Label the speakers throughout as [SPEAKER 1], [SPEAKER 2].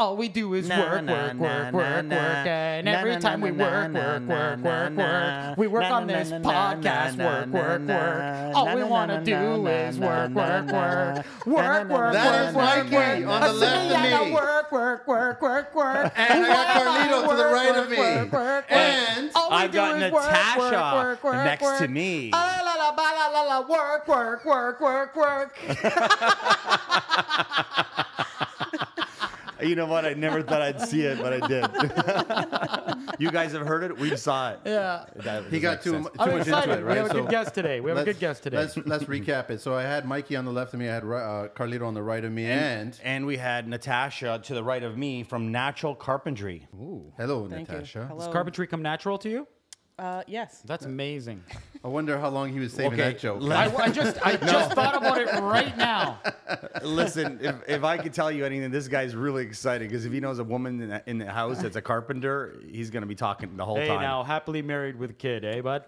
[SPEAKER 1] All we do is
[SPEAKER 2] Na,
[SPEAKER 1] work,
[SPEAKER 2] na,
[SPEAKER 1] work,
[SPEAKER 2] na,
[SPEAKER 1] work,
[SPEAKER 2] na,
[SPEAKER 1] work,
[SPEAKER 2] na.
[SPEAKER 1] work, and
[SPEAKER 2] Na,
[SPEAKER 1] every
[SPEAKER 2] na,
[SPEAKER 1] time
[SPEAKER 2] na,
[SPEAKER 1] we
[SPEAKER 2] na,
[SPEAKER 1] work,
[SPEAKER 2] na,
[SPEAKER 1] work, work,
[SPEAKER 2] na, na,
[SPEAKER 1] work,
[SPEAKER 2] na,
[SPEAKER 1] work.
[SPEAKER 2] na.
[SPEAKER 1] We work
[SPEAKER 2] Na,
[SPEAKER 1] on
[SPEAKER 2] na,
[SPEAKER 1] this
[SPEAKER 2] na, na,
[SPEAKER 1] podcast,
[SPEAKER 2] na,
[SPEAKER 1] work,
[SPEAKER 2] na,
[SPEAKER 1] work,
[SPEAKER 2] na,
[SPEAKER 1] work.
[SPEAKER 2] na,
[SPEAKER 1] All
[SPEAKER 2] na,
[SPEAKER 1] we
[SPEAKER 2] na,
[SPEAKER 1] want to
[SPEAKER 2] na,
[SPEAKER 1] do
[SPEAKER 2] na,
[SPEAKER 1] is
[SPEAKER 2] na,
[SPEAKER 1] work,
[SPEAKER 2] na,
[SPEAKER 1] work, work,
[SPEAKER 2] na, na,
[SPEAKER 1] work,
[SPEAKER 2] na,
[SPEAKER 1] work.
[SPEAKER 2] na,
[SPEAKER 3] That
[SPEAKER 1] work,
[SPEAKER 3] is
[SPEAKER 1] work,
[SPEAKER 3] Mikey
[SPEAKER 1] work.
[SPEAKER 3] on the
[SPEAKER 1] Así
[SPEAKER 3] left
[SPEAKER 1] me llama
[SPEAKER 3] knee.
[SPEAKER 1] Work, work, work, work, work.
[SPEAKER 3] And I got Carlito to the
[SPEAKER 1] Work,
[SPEAKER 3] right of
[SPEAKER 1] work,
[SPEAKER 3] me.
[SPEAKER 1] work, work, work.
[SPEAKER 3] And
[SPEAKER 1] All we
[SPEAKER 2] I've
[SPEAKER 1] do
[SPEAKER 2] got
[SPEAKER 1] is work,
[SPEAKER 2] Natasha
[SPEAKER 1] work, work, work,
[SPEAKER 2] next
[SPEAKER 1] work.
[SPEAKER 2] to me.
[SPEAKER 1] Ah, la, la, ba, la, la, la, work, work, work, work, work.
[SPEAKER 3] You know what? I never thought I'd see it, but I did. you guys have heard it. We saw it.
[SPEAKER 1] Yeah.
[SPEAKER 3] That
[SPEAKER 4] He got
[SPEAKER 3] makes
[SPEAKER 4] too,
[SPEAKER 3] sense.
[SPEAKER 4] mu- too
[SPEAKER 1] I'm
[SPEAKER 4] much
[SPEAKER 1] excited.
[SPEAKER 4] into it, right?
[SPEAKER 1] We have a
[SPEAKER 4] So
[SPEAKER 1] good guest today. We have a
[SPEAKER 4] let's-
[SPEAKER 1] good guest today.
[SPEAKER 4] Let's, let's recap it. So I had Mikey on the left of me. I had uh, Carlito on the right of me. And,
[SPEAKER 2] And we had Natasha to the right of me from Natural Carpentry.
[SPEAKER 4] hello,
[SPEAKER 5] Thank
[SPEAKER 4] Natasha.
[SPEAKER 5] you. Hello.
[SPEAKER 1] Does carpentry come natural to you?
[SPEAKER 5] Uh, yes.
[SPEAKER 1] That's amazing.
[SPEAKER 4] I wonder how long he was saving
[SPEAKER 2] Okay,
[SPEAKER 4] that joke.
[SPEAKER 2] let-
[SPEAKER 1] I, I just I just thought about it right now.
[SPEAKER 2] Listen, if, if I could tell you anything, this guy's really excited because if he knows a woman in the, in the house that's a carpenter, he's going to be talking the whole
[SPEAKER 1] Hey,
[SPEAKER 2] time.
[SPEAKER 1] now happily married with kid, eh, bud?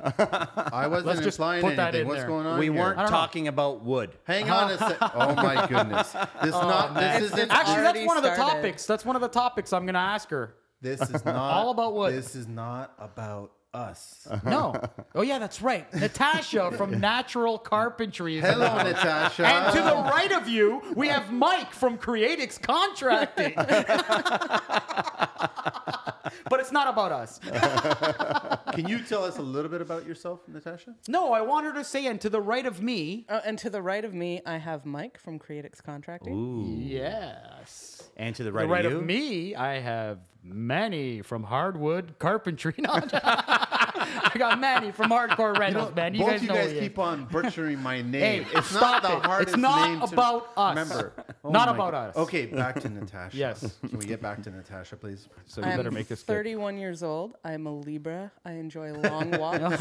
[SPEAKER 4] I wasn't
[SPEAKER 1] Let's just
[SPEAKER 4] implying
[SPEAKER 1] put that
[SPEAKER 4] anything.
[SPEAKER 1] in
[SPEAKER 4] What's
[SPEAKER 1] there.
[SPEAKER 4] going on?
[SPEAKER 2] we
[SPEAKER 4] here?
[SPEAKER 2] weren't
[SPEAKER 1] I don't know.
[SPEAKER 2] talking about wood.
[SPEAKER 4] Hang on a sec. Oh my goodness. This not. This isn't.
[SPEAKER 1] Oh, Actually, that's
[SPEAKER 5] already
[SPEAKER 1] one of the
[SPEAKER 5] started.
[SPEAKER 1] topics. That's one of the topics I'm gonna ask her.
[SPEAKER 4] This is not
[SPEAKER 1] All about wood.
[SPEAKER 4] This is not about us.
[SPEAKER 1] No. Oh yeah, that's right. Natasha from Natural Carpentry is
[SPEAKER 4] Hello,
[SPEAKER 1] on.
[SPEAKER 4] Natasha.
[SPEAKER 1] And to the right of you, we have Mike from Creatix Contracting. but it's not about us.
[SPEAKER 4] Can you tell us a little bit about yourself, Natasha?
[SPEAKER 1] No, I want her to say, and to the right of me.
[SPEAKER 5] Uh, and to the right of me, I have Mike from Creatix Contracting.
[SPEAKER 1] Yes.
[SPEAKER 2] And to the right,
[SPEAKER 1] the right
[SPEAKER 2] of you,
[SPEAKER 1] of me, I have Manny from Hardwood Carpentry. No, I'm just- I got Manny from Hardcore Rentals, man. You
[SPEAKER 4] Both
[SPEAKER 1] guys
[SPEAKER 4] you
[SPEAKER 1] know
[SPEAKER 4] guys
[SPEAKER 1] who he
[SPEAKER 4] keep
[SPEAKER 1] is.
[SPEAKER 4] on butchering my
[SPEAKER 1] Hey,
[SPEAKER 4] name. it's
[SPEAKER 1] stop
[SPEAKER 4] not the
[SPEAKER 1] it.
[SPEAKER 4] hardest
[SPEAKER 1] It's not
[SPEAKER 4] name to
[SPEAKER 1] about us.
[SPEAKER 4] Remember. Oh
[SPEAKER 1] Not
[SPEAKER 4] my
[SPEAKER 1] about
[SPEAKER 4] God.
[SPEAKER 1] us.
[SPEAKER 4] Okay, back to Natasha.
[SPEAKER 1] Yes.
[SPEAKER 4] Can we get back to Natasha, please?
[SPEAKER 1] So
[SPEAKER 5] I'm
[SPEAKER 1] you better make this quick.
[SPEAKER 5] 31 years old. I'm a Libra. I enjoy long walks.
[SPEAKER 4] Wait,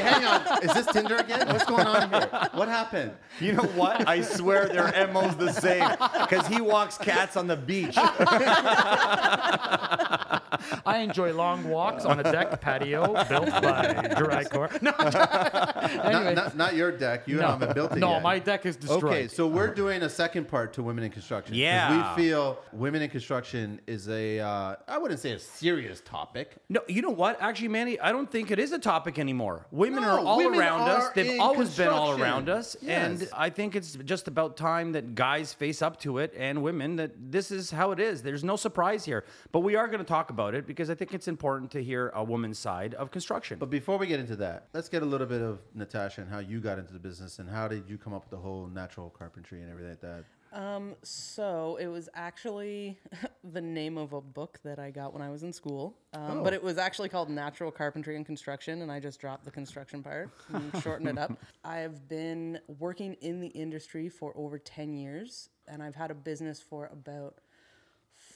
[SPEAKER 4] hang on. Is this Tinder again? What's going on here? What happened?
[SPEAKER 2] You know what? I swear their MO's the same because he walks cats on the beach.
[SPEAKER 1] I enjoy long walks on a deck patio built by Drycore. No,
[SPEAKER 4] Not,
[SPEAKER 1] anyway.
[SPEAKER 4] not, not your deck. You
[SPEAKER 1] no.
[SPEAKER 4] haven't built it
[SPEAKER 1] No,
[SPEAKER 4] yet.
[SPEAKER 1] my deck is destroyed. Uh-huh.
[SPEAKER 4] Okay, so we're doing a second part to women in construction. 'cause
[SPEAKER 2] Yeah.
[SPEAKER 4] we feel women in construction is a uh, I wouldn't say a serious topic.
[SPEAKER 2] No, you know what? Actually, Manny, I don't think it is a topic anymore. Women
[SPEAKER 4] No,
[SPEAKER 2] are all
[SPEAKER 4] women
[SPEAKER 2] around us.
[SPEAKER 4] are
[SPEAKER 2] They've
[SPEAKER 4] in
[SPEAKER 2] always been all
[SPEAKER 4] construction.
[SPEAKER 2] around us. And
[SPEAKER 4] Yes.
[SPEAKER 2] I think it's just about time that guys face up to it and women that this is how it is. There's no surprise here. But we are going to talk about it because I think it's important to hear a woman's side of construction.
[SPEAKER 4] But before we get into that, let's get a little bit of Natasha and how you got into the business and how did you come up with the whole natural carpentry and everything like that.
[SPEAKER 5] so it was actually the name of a book that I got when I was in school. Um,
[SPEAKER 1] Oh.
[SPEAKER 5] But it was actually called Natural Carpentry and Construction, and I just dropped the construction part and shortened it up. I've been working in the industry for over 10 years, and I've had a business for about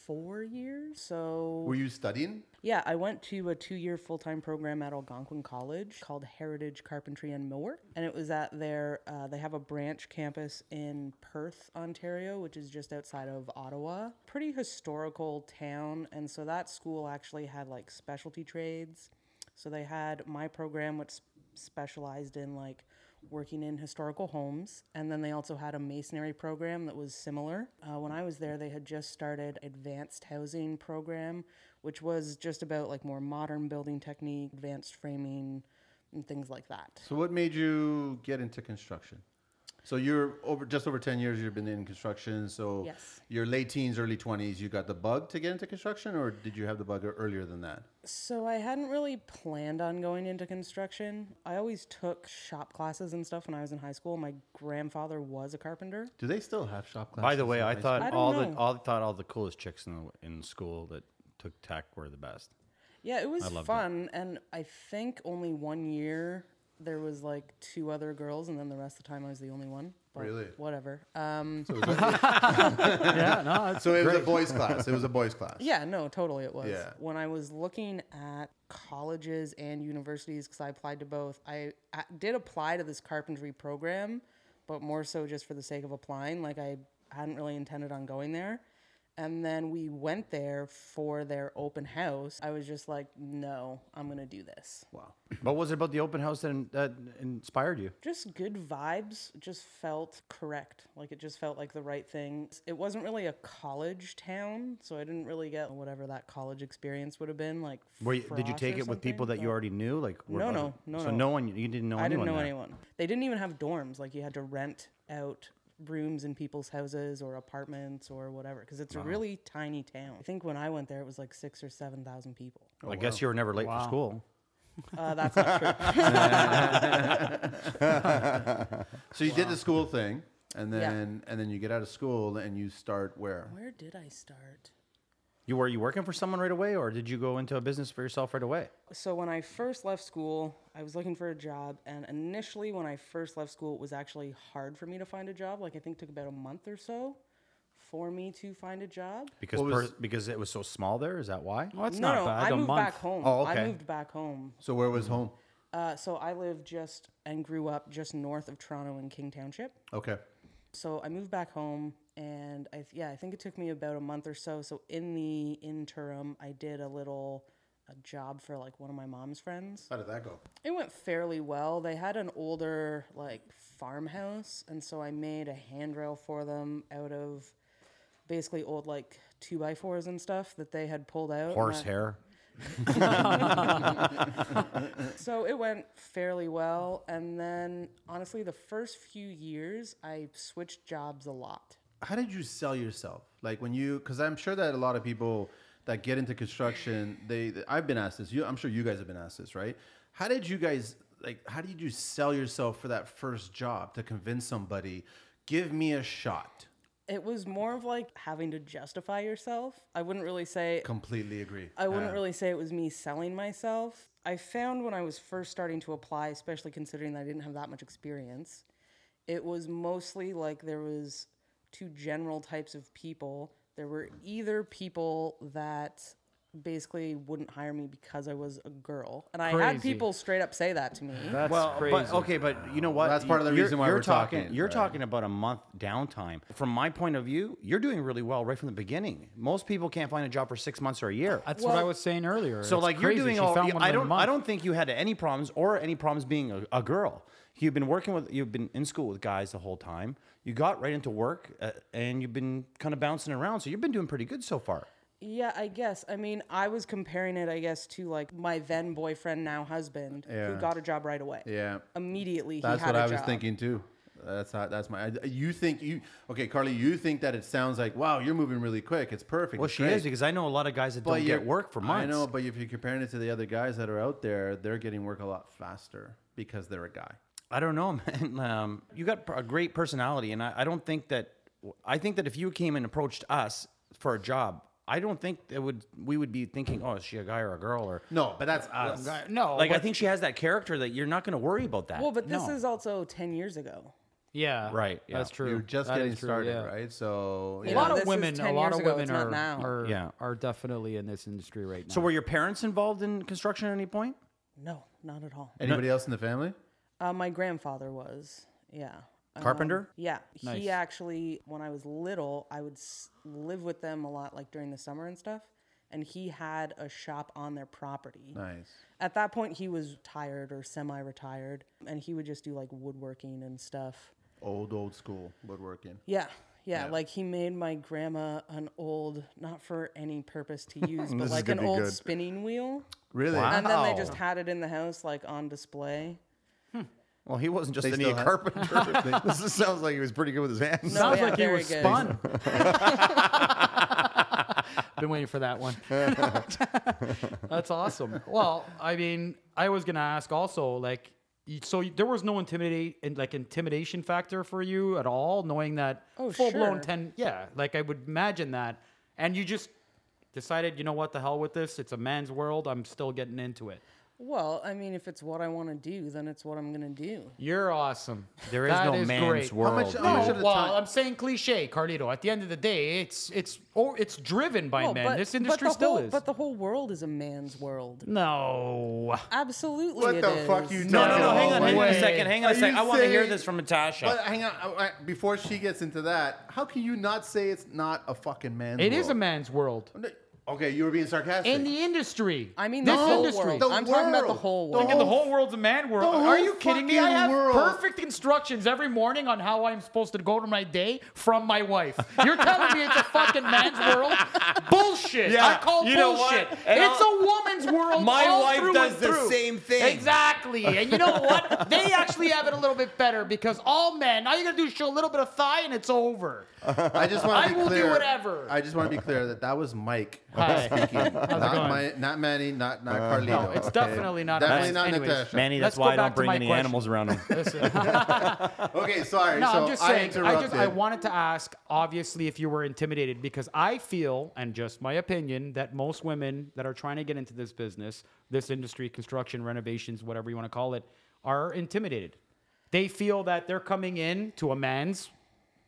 [SPEAKER 5] four years. So
[SPEAKER 4] Were you studying?
[SPEAKER 5] Yeah, I went to a two year full time program at Algonquin College called Heritage Carpentry and Millwork. And it was at their, uh, they have a branch campus in Perth, Ontario, which is just outside of Ottawa. Pretty historical town. And so that school actually had like specialty trades. So they had my program, which specialized in like working in historical homes. And then they also had a masonry program that was similar. Uh, when I was there, they had just started advanced housing program, which was just about like more modern building technique, advanced framing, and things like that.
[SPEAKER 4] So what made you get into construction? So you're over just over ten years. You've been in construction. So
[SPEAKER 5] Yes.
[SPEAKER 4] your late teens, early twenties. You got the bug to get into construction, or did you have the bug earlier than that?
[SPEAKER 5] So I hadn't really planned on going into construction. I always took shop classes and stuff when I was in high school. My grandfather was a carpenter.
[SPEAKER 4] Do they still have shop classes?
[SPEAKER 2] By the way,
[SPEAKER 4] in
[SPEAKER 2] I
[SPEAKER 4] high
[SPEAKER 2] thought
[SPEAKER 5] I don't
[SPEAKER 2] all the
[SPEAKER 5] know.
[SPEAKER 2] all thought all the coolest chicks in the, in school that took tech were the best.
[SPEAKER 5] Yeah, it was
[SPEAKER 2] loved it.
[SPEAKER 5] fun. And I think only one year there was like two other girls, and then the rest of the time I was the only one. But
[SPEAKER 4] Really?
[SPEAKER 5] Whatever. Um,
[SPEAKER 1] yeah, no, it's
[SPEAKER 4] So it was a boys' class. It was a boys' class.
[SPEAKER 5] yeah, no, totally it was.
[SPEAKER 4] Yeah.
[SPEAKER 5] When I was looking at colleges and universities, because I applied to both, I, I did apply to this carpentry program, but more so just for the sake of applying. Like I hadn't really intended on going there. And then we went there for their open house. I was just like, no, I'm going to do this.
[SPEAKER 2] What was it about the open house that, in, that inspired you?
[SPEAKER 5] Just good vibes, just felt correct. Like it just felt like the right thing. It wasn't really a college town, so I didn't really get whatever that college experience would have been. Like,
[SPEAKER 2] Were you, did you
[SPEAKER 5] Frost
[SPEAKER 2] take
[SPEAKER 5] or
[SPEAKER 2] it with people
[SPEAKER 5] something,
[SPEAKER 2] that you
[SPEAKER 5] but-
[SPEAKER 2] already knew? Like were
[SPEAKER 5] No,
[SPEAKER 2] buddies?
[SPEAKER 5] no, no,
[SPEAKER 2] So
[SPEAKER 5] no.
[SPEAKER 2] no one you didn't know
[SPEAKER 5] I
[SPEAKER 2] anyone.
[SPEAKER 5] didn't know
[SPEAKER 2] there.
[SPEAKER 5] anyone. They didn't even have dorms. Like you had to rent out rooms in people's houses or apartments or whatever because it's a really tiny town. I think when I went there, it was like six or seven thousand people.
[SPEAKER 2] I guess you were never late for school.
[SPEAKER 5] Uh, that's not true.
[SPEAKER 4] So you did the school thing, and
[SPEAKER 5] Yeah.
[SPEAKER 4] then and then you get out of school and you start where?
[SPEAKER 5] Where did I start?
[SPEAKER 2] You were you working for someone right away, or did you go into a business for yourself right away?
[SPEAKER 5] So when I first left school, I was looking for a job, and initially, when I first left school, it was actually hard for me to find a job. Like I think it took about a month or so for me to find a job.
[SPEAKER 2] Because per, because it was so small there. Is that why?
[SPEAKER 1] Well, that's
[SPEAKER 5] no,
[SPEAKER 1] not
[SPEAKER 5] no,
[SPEAKER 1] bad.
[SPEAKER 5] I
[SPEAKER 1] a
[SPEAKER 5] moved
[SPEAKER 1] month.
[SPEAKER 5] back home.
[SPEAKER 2] Oh, okay.
[SPEAKER 5] I moved back home.
[SPEAKER 4] So where was home?
[SPEAKER 5] Uh, so I live just and grew up just north of Toronto in King Township.
[SPEAKER 4] Okay.
[SPEAKER 5] So I moved back home, and I th- yeah, I think it took me about a month or so. So in the interim, I did a little a job for like one of my mom's friends.
[SPEAKER 4] How did that go?
[SPEAKER 5] It went fairly well. They had an older like farmhouse, and so I made a handrail for them out of basically old like two by fours and stuff that they had pulled out. and
[SPEAKER 2] Horse
[SPEAKER 5] I-
[SPEAKER 2] hair.
[SPEAKER 5] So it went fairly well. And then, honestly, the first few years, I switched jobs a lot.
[SPEAKER 4] How did you sell yourself? Like when you, because I'm sure that a lot of people that get into construction, they I've been asked this. You, I'm sure you guys have been asked this, right? How did you guys like? How did you sell yourself for that first job to convince somebody? Give me a shot.
[SPEAKER 5] It was more of like having to justify yourself. I wouldn't really say
[SPEAKER 4] Completely agree.
[SPEAKER 5] I wouldn't really say it was me selling myself. I found when I was first starting to apply, especially considering that I didn't have that much experience, it was mostly like there was two general types of people. There were either people that basically wouldn't hire me because I was a girl, and I had
[SPEAKER 1] Crazy.
[SPEAKER 5] people straight up say that to me.
[SPEAKER 1] That's
[SPEAKER 2] well,
[SPEAKER 1] crazy.
[SPEAKER 2] but okay, but you know what?
[SPEAKER 4] That's part of the
[SPEAKER 2] You're-
[SPEAKER 4] reason why
[SPEAKER 2] you're
[SPEAKER 4] we're
[SPEAKER 2] talking.
[SPEAKER 4] talking,
[SPEAKER 2] You're
[SPEAKER 4] right?
[SPEAKER 2] talking about a month downtime. From my point of view, you're doing really well right from the beginning. Most people can't find a job for six months or a year.
[SPEAKER 1] that's what I
[SPEAKER 5] well-
[SPEAKER 1] was saying earlier.
[SPEAKER 2] So
[SPEAKER 1] It's
[SPEAKER 2] like
[SPEAKER 1] crazy.
[SPEAKER 2] you're doing
[SPEAKER 1] she
[SPEAKER 2] all.
[SPEAKER 1] Found one
[SPEAKER 2] I
[SPEAKER 1] in a
[SPEAKER 2] don't. I
[SPEAKER 1] month.
[SPEAKER 2] don't think you had any problems or any problems being a, a girl. You've been working with. You've been in school with guys the whole time. You got right into work, uh, and you've been kind of bouncing around. So you've been doing pretty good so far.
[SPEAKER 5] Yeah, I guess. I mean, I was comparing it, I guess, to like my then boyfriend, now husband,
[SPEAKER 4] Yeah.
[SPEAKER 5] who got a job right away.
[SPEAKER 4] Yeah.
[SPEAKER 5] Immediately,
[SPEAKER 4] That's
[SPEAKER 5] he had
[SPEAKER 4] what
[SPEAKER 5] a
[SPEAKER 4] I was
[SPEAKER 5] job.
[SPEAKER 4] thinking too. That's how, that's my. I- You think you okay, Carly? You think that it sounds like wow, you're moving really quick. It's perfect.
[SPEAKER 2] Well,
[SPEAKER 4] it's
[SPEAKER 2] she
[SPEAKER 4] great.
[SPEAKER 2] is because I know a lot of guys that
[SPEAKER 4] But
[SPEAKER 2] don't
[SPEAKER 4] you're-
[SPEAKER 2] get work for months.
[SPEAKER 4] I know, but if you're comparing it to the other guys that are out there, they're getting work a lot faster because they're a guy.
[SPEAKER 2] I don't know, man. Um, you got a great personality, and I, I don't think that. I think that if you came and approached us for a job, I don't think that would we would be thinking, "Oh, is she a guy or a girl?" Or
[SPEAKER 4] No, but that's us.
[SPEAKER 1] No,
[SPEAKER 2] like, I
[SPEAKER 1] but-
[SPEAKER 2] think she has that character that you're not going to worry about that.
[SPEAKER 5] Well, but this
[SPEAKER 1] No.
[SPEAKER 5] is also 10 years ago.
[SPEAKER 1] Yeah.
[SPEAKER 2] Right, yeah.
[SPEAKER 1] That's true.
[SPEAKER 4] You're just
[SPEAKER 1] That
[SPEAKER 4] getting
[SPEAKER 1] is true,
[SPEAKER 4] started,
[SPEAKER 1] yeah.
[SPEAKER 4] right? So
[SPEAKER 1] A
[SPEAKER 4] yeah.
[SPEAKER 1] lot
[SPEAKER 5] Yeah, this
[SPEAKER 1] of
[SPEAKER 5] is
[SPEAKER 1] women, a
[SPEAKER 5] 10
[SPEAKER 1] lot
[SPEAKER 5] years
[SPEAKER 1] of
[SPEAKER 5] ago,
[SPEAKER 1] women
[SPEAKER 5] it's not
[SPEAKER 1] are,
[SPEAKER 5] now.
[SPEAKER 1] are
[SPEAKER 2] Yeah.
[SPEAKER 1] are definitely in this industry right now.
[SPEAKER 2] so, were your parents involved in construction at any point?
[SPEAKER 5] No, not at all.
[SPEAKER 4] Anybody else in the family?
[SPEAKER 5] Uh, my grandfather was, yeah. Um,
[SPEAKER 2] Carpenter?
[SPEAKER 5] yeah.
[SPEAKER 1] Nice.
[SPEAKER 5] He actually, when I was little, I would s- live with them a lot, like during the summer and stuff. And he had a shop on their property.
[SPEAKER 4] Nice.
[SPEAKER 5] At that point, he was tired or semi retired, and he would just do like woodworking and stuff.
[SPEAKER 4] Old old school woodworking.
[SPEAKER 5] Yeah. Yeah, like he made my grandma an old, not for any purpose to use, but like an old spinning wheel.
[SPEAKER 4] Really?
[SPEAKER 5] And then they
[SPEAKER 2] Wow.
[SPEAKER 5] just had it in the house, like on display.
[SPEAKER 2] Well, he wasn't just any
[SPEAKER 3] still have-
[SPEAKER 2] carpenter.
[SPEAKER 3] this is- sounds like he was pretty good with his hands.
[SPEAKER 5] No,
[SPEAKER 1] Sounds
[SPEAKER 5] Oh, yeah,
[SPEAKER 1] like he
[SPEAKER 5] very
[SPEAKER 1] was
[SPEAKER 5] good.
[SPEAKER 1] spun. Been waiting for that one. That's awesome. Well, I mean, I was gonna ask also, like, you- so you- there was no intimidate and like intimidation factor for you at all, knowing that
[SPEAKER 5] Oh,
[SPEAKER 1] full blown
[SPEAKER 5] sure.
[SPEAKER 1] ten. Yeah, like I would imagine that, and you just decided, you know what, the hell with this. It's a man's world. I'm still getting into it.
[SPEAKER 5] Well, I mean, if it's what I want to do, then it's what I'm gonna do.
[SPEAKER 1] You're awesome.
[SPEAKER 2] There is
[SPEAKER 1] That
[SPEAKER 2] no man's
[SPEAKER 1] great.
[SPEAKER 2] world.
[SPEAKER 4] much- how
[SPEAKER 2] dude.
[SPEAKER 4] much
[SPEAKER 1] No,
[SPEAKER 4] of the
[SPEAKER 1] well,
[SPEAKER 4] time-
[SPEAKER 1] I'm saying cliche, Carlito. At the end of the day, it's it's or it's driven by
[SPEAKER 5] Well,
[SPEAKER 1] men.
[SPEAKER 5] Oh, but-
[SPEAKER 1] this
[SPEAKER 5] but
[SPEAKER 1] industry
[SPEAKER 5] the
[SPEAKER 1] still
[SPEAKER 5] whole-
[SPEAKER 1] is.
[SPEAKER 5] But the whole world is a man's world.
[SPEAKER 1] no.
[SPEAKER 5] Absolutely.
[SPEAKER 4] What
[SPEAKER 5] it
[SPEAKER 4] the fuck
[SPEAKER 5] is.
[SPEAKER 4] you
[SPEAKER 2] no, no,
[SPEAKER 4] talking
[SPEAKER 2] no.
[SPEAKER 4] about?
[SPEAKER 2] Hang on, hang on a
[SPEAKER 1] Wait.
[SPEAKER 2] second. Hang on a
[SPEAKER 4] Are
[SPEAKER 2] second.
[SPEAKER 4] you
[SPEAKER 2] I want to hear
[SPEAKER 4] saying-
[SPEAKER 2] this from Natasha.
[SPEAKER 4] But hang on, I, I- before she gets into that, how can you not say it's not a fucking man's
[SPEAKER 1] It
[SPEAKER 4] world?
[SPEAKER 1] is a man's world.
[SPEAKER 4] Okay, you were being sarcastic.
[SPEAKER 1] In the industry.
[SPEAKER 5] I mean,
[SPEAKER 1] this
[SPEAKER 5] the whole
[SPEAKER 1] industry.
[SPEAKER 5] world. I'm talking about the
[SPEAKER 4] world.
[SPEAKER 5] whole
[SPEAKER 4] The
[SPEAKER 5] world.
[SPEAKER 1] Thinking the whole world's a man world.
[SPEAKER 4] the
[SPEAKER 1] Are
[SPEAKER 4] whole
[SPEAKER 1] you kidding me? I
[SPEAKER 4] fucking
[SPEAKER 1] have
[SPEAKER 4] world.
[SPEAKER 1] perfect instructions every morning on how I'm supposed to go to my day from my wife. You're telling me it's a fucking man's world? Bullshit.
[SPEAKER 2] Yeah,
[SPEAKER 1] I call
[SPEAKER 2] you know what?
[SPEAKER 1] bullshit.
[SPEAKER 2] And
[SPEAKER 1] It's
[SPEAKER 2] I'll-
[SPEAKER 1] a woman's world.
[SPEAKER 2] My
[SPEAKER 1] all
[SPEAKER 2] wife
[SPEAKER 1] through
[SPEAKER 2] does
[SPEAKER 1] and
[SPEAKER 2] the
[SPEAKER 1] through.
[SPEAKER 2] same thing.
[SPEAKER 1] Exactly. And you know what? they actually have it a little bit better because all men, all you gotta do is show a little bit of thigh and it's over.
[SPEAKER 4] I just want
[SPEAKER 1] I
[SPEAKER 4] to be
[SPEAKER 1] will do
[SPEAKER 4] clear.
[SPEAKER 1] whatever.
[SPEAKER 4] I just want to be clear that that was Mike
[SPEAKER 1] Hi.
[SPEAKER 4] speaking, not
[SPEAKER 1] going?
[SPEAKER 4] my, not Manny, not not Carlito.
[SPEAKER 1] No, it's
[SPEAKER 4] okay?
[SPEAKER 1] definitely not
[SPEAKER 4] Definitely
[SPEAKER 1] Manny.
[SPEAKER 4] not
[SPEAKER 1] Anyways.
[SPEAKER 4] Natasha.
[SPEAKER 2] Manny,
[SPEAKER 1] Let's
[SPEAKER 2] that's
[SPEAKER 1] go
[SPEAKER 2] why I
[SPEAKER 1] back
[SPEAKER 2] don't
[SPEAKER 1] to
[SPEAKER 2] bring
[SPEAKER 1] my
[SPEAKER 2] any
[SPEAKER 1] question.
[SPEAKER 2] animals around him.
[SPEAKER 1] Listen.
[SPEAKER 4] Okay, sorry.
[SPEAKER 1] No,
[SPEAKER 4] so
[SPEAKER 1] I'm just saying.
[SPEAKER 4] I
[SPEAKER 1] I,
[SPEAKER 4] interrupted.
[SPEAKER 1] just I wanted to ask, obviously, if you were intimidated because I feel, and just my opinion, that most women that are trying to get into this business, this industry, construction, renovations, whatever you want to call it, are intimidated. They feel that they're coming in to a man's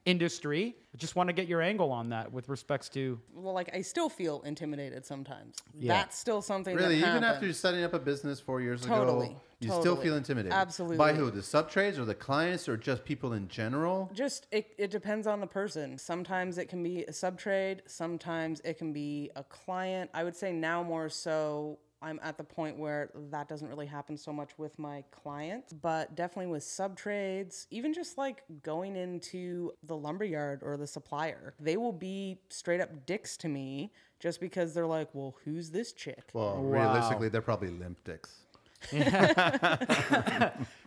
[SPEAKER 1] industry. I just want to get your angle on that with respects to
[SPEAKER 5] well, like I still feel intimidated sometimes. That's still something.
[SPEAKER 4] really,
[SPEAKER 5] that
[SPEAKER 4] even after
[SPEAKER 5] happened.
[SPEAKER 4] setting up a business four years
[SPEAKER 5] Totally,
[SPEAKER 4] ago, you still
[SPEAKER 5] totally.
[SPEAKER 4] feel intimidated.
[SPEAKER 5] Absolutely.
[SPEAKER 4] By who? The sub trades or the clients or just people in general?
[SPEAKER 5] just it, it depends on the person sometimes it can be a sub trade sometimes it can be a client i would say now more so i'm at the point where that doesn't really happen so much with my clients but definitely with sub trades even just like going into the lumber yard or the supplier they will be straight up dicks to me just because they're like well who's this chick
[SPEAKER 4] Well, realistically, they're probably limp dicks.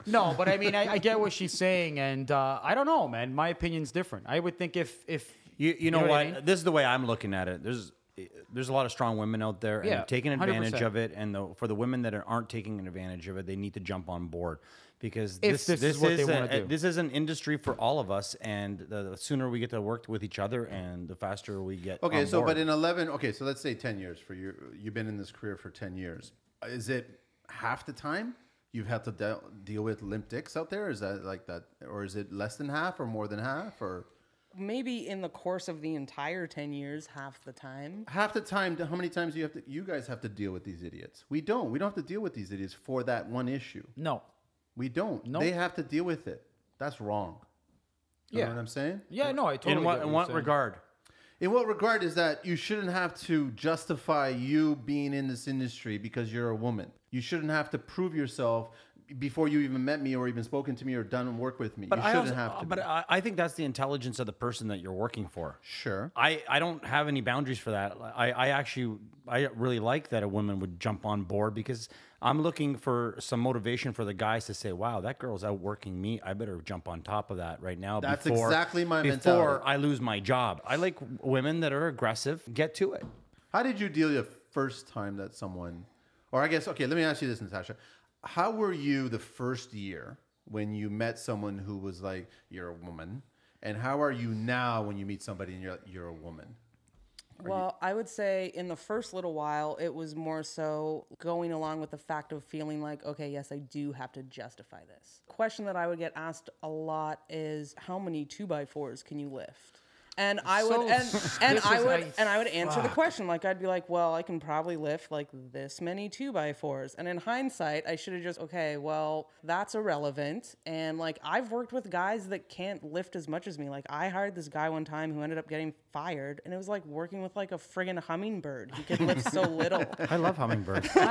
[SPEAKER 1] No, but I mean, I, I get what she's saying, and uh, I don't know, man. My opinion's different. I would think if if
[SPEAKER 2] You, you know,
[SPEAKER 1] know
[SPEAKER 2] what?
[SPEAKER 1] what I mean?
[SPEAKER 2] This is the way I'm looking at it. There's there's a lot of strong women out there
[SPEAKER 1] Yeah,
[SPEAKER 2] and taking advantage
[SPEAKER 1] 100%.
[SPEAKER 2] of it. And the, for the women that are- aren't taking advantage of it, they need to jump on board because
[SPEAKER 1] If
[SPEAKER 2] this,
[SPEAKER 1] this is what they
[SPEAKER 2] a-
[SPEAKER 1] wanna
[SPEAKER 2] a-
[SPEAKER 1] do.
[SPEAKER 2] This is an industry for all of us, and the, the sooner we get to work with each other, and the faster we get.
[SPEAKER 4] Okay,
[SPEAKER 2] on
[SPEAKER 4] so
[SPEAKER 2] board.
[SPEAKER 4] but in eleven, okay, so let's say ten years for you. You've been in this career for ten years. Is it half the time you've had to de- deal with limp dicks out there? Is that like that, or is it less than half, or more than half, or
[SPEAKER 5] maybe in the course of the entire 10 years half the time
[SPEAKER 4] half the time? How many times do you have to? You guys have to deal with these idiots. We don't. We don't have to deal with these idiots for that one issue.
[SPEAKER 1] no,
[SPEAKER 4] We don't.
[SPEAKER 1] Nope.
[SPEAKER 4] They have to deal with it. That's wrong. You
[SPEAKER 1] yeah,
[SPEAKER 4] know what I'm saying?
[SPEAKER 1] yeah, no, I totally.
[SPEAKER 2] in
[SPEAKER 1] get
[SPEAKER 2] what,
[SPEAKER 1] what
[SPEAKER 2] in
[SPEAKER 1] you're
[SPEAKER 2] what
[SPEAKER 1] saying.
[SPEAKER 2] regard?
[SPEAKER 4] In what regard is that you shouldn't have to justify you being in this industry because you're a woman? You shouldn't have to prove yourself before you even met me or even spoken to me or done work with me.
[SPEAKER 2] But
[SPEAKER 4] you
[SPEAKER 2] I
[SPEAKER 4] shouldn't
[SPEAKER 2] also- uh,
[SPEAKER 4] have to.
[SPEAKER 2] But
[SPEAKER 4] be.
[SPEAKER 2] I, I think that's the intelligence of the person that you're working for.
[SPEAKER 4] sure.
[SPEAKER 2] I, I don't have any boundaries for that. I, I actually I really like that a woman would jump on board because I'm looking for some motivation for the guys to say, "Wow, that girl's outworking me. I better jump on top of that right now."
[SPEAKER 4] That's
[SPEAKER 2] before,
[SPEAKER 4] exactly my
[SPEAKER 2] before
[SPEAKER 4] mentality.
[SPEAKER 2] I lose my job. I like women that are aggressive. Get to it.
[SPEAKER 4] How did you deal the first time that someone, or I guess, okay, let me ask you this, Natasha. How were you the first year when you met someone who was like, you're a woman? And how are you now when you meet somebody and you're, like, you're a woman?
[SPEAKER 5] Well, I would say in the first little while, it was more so going along with the fact of feeling like, okay, yes, I do have to justify this. Question that I would get asked a lot is, how many two by fours can you lift? And I would
[SPEAKER 1] So
[SPEAKER 5] and,
[SPEAKER 1] s-
[SPEAKER 5] and
[SPEAKER 1] this
[SPEAKER 5] I
[SPEAKER 1] is
[SPEAKER 5] would
[SPEAKER 1] a-
[SPEAKER 5] and I would answer the question like I'd be like, well, I can probably lift like this many two by fours. And in hindsight, I should have just okay, well, that's irrelevant. And like I've worked with guys that can't lift as much as me. Like I hired this guy one time who ended up getting fired, and it was like working with like a friggin' hummingbird. He could lift so little.
[SPEAKER 2] I love hummingbirds.
[SPEAKER 4] okay,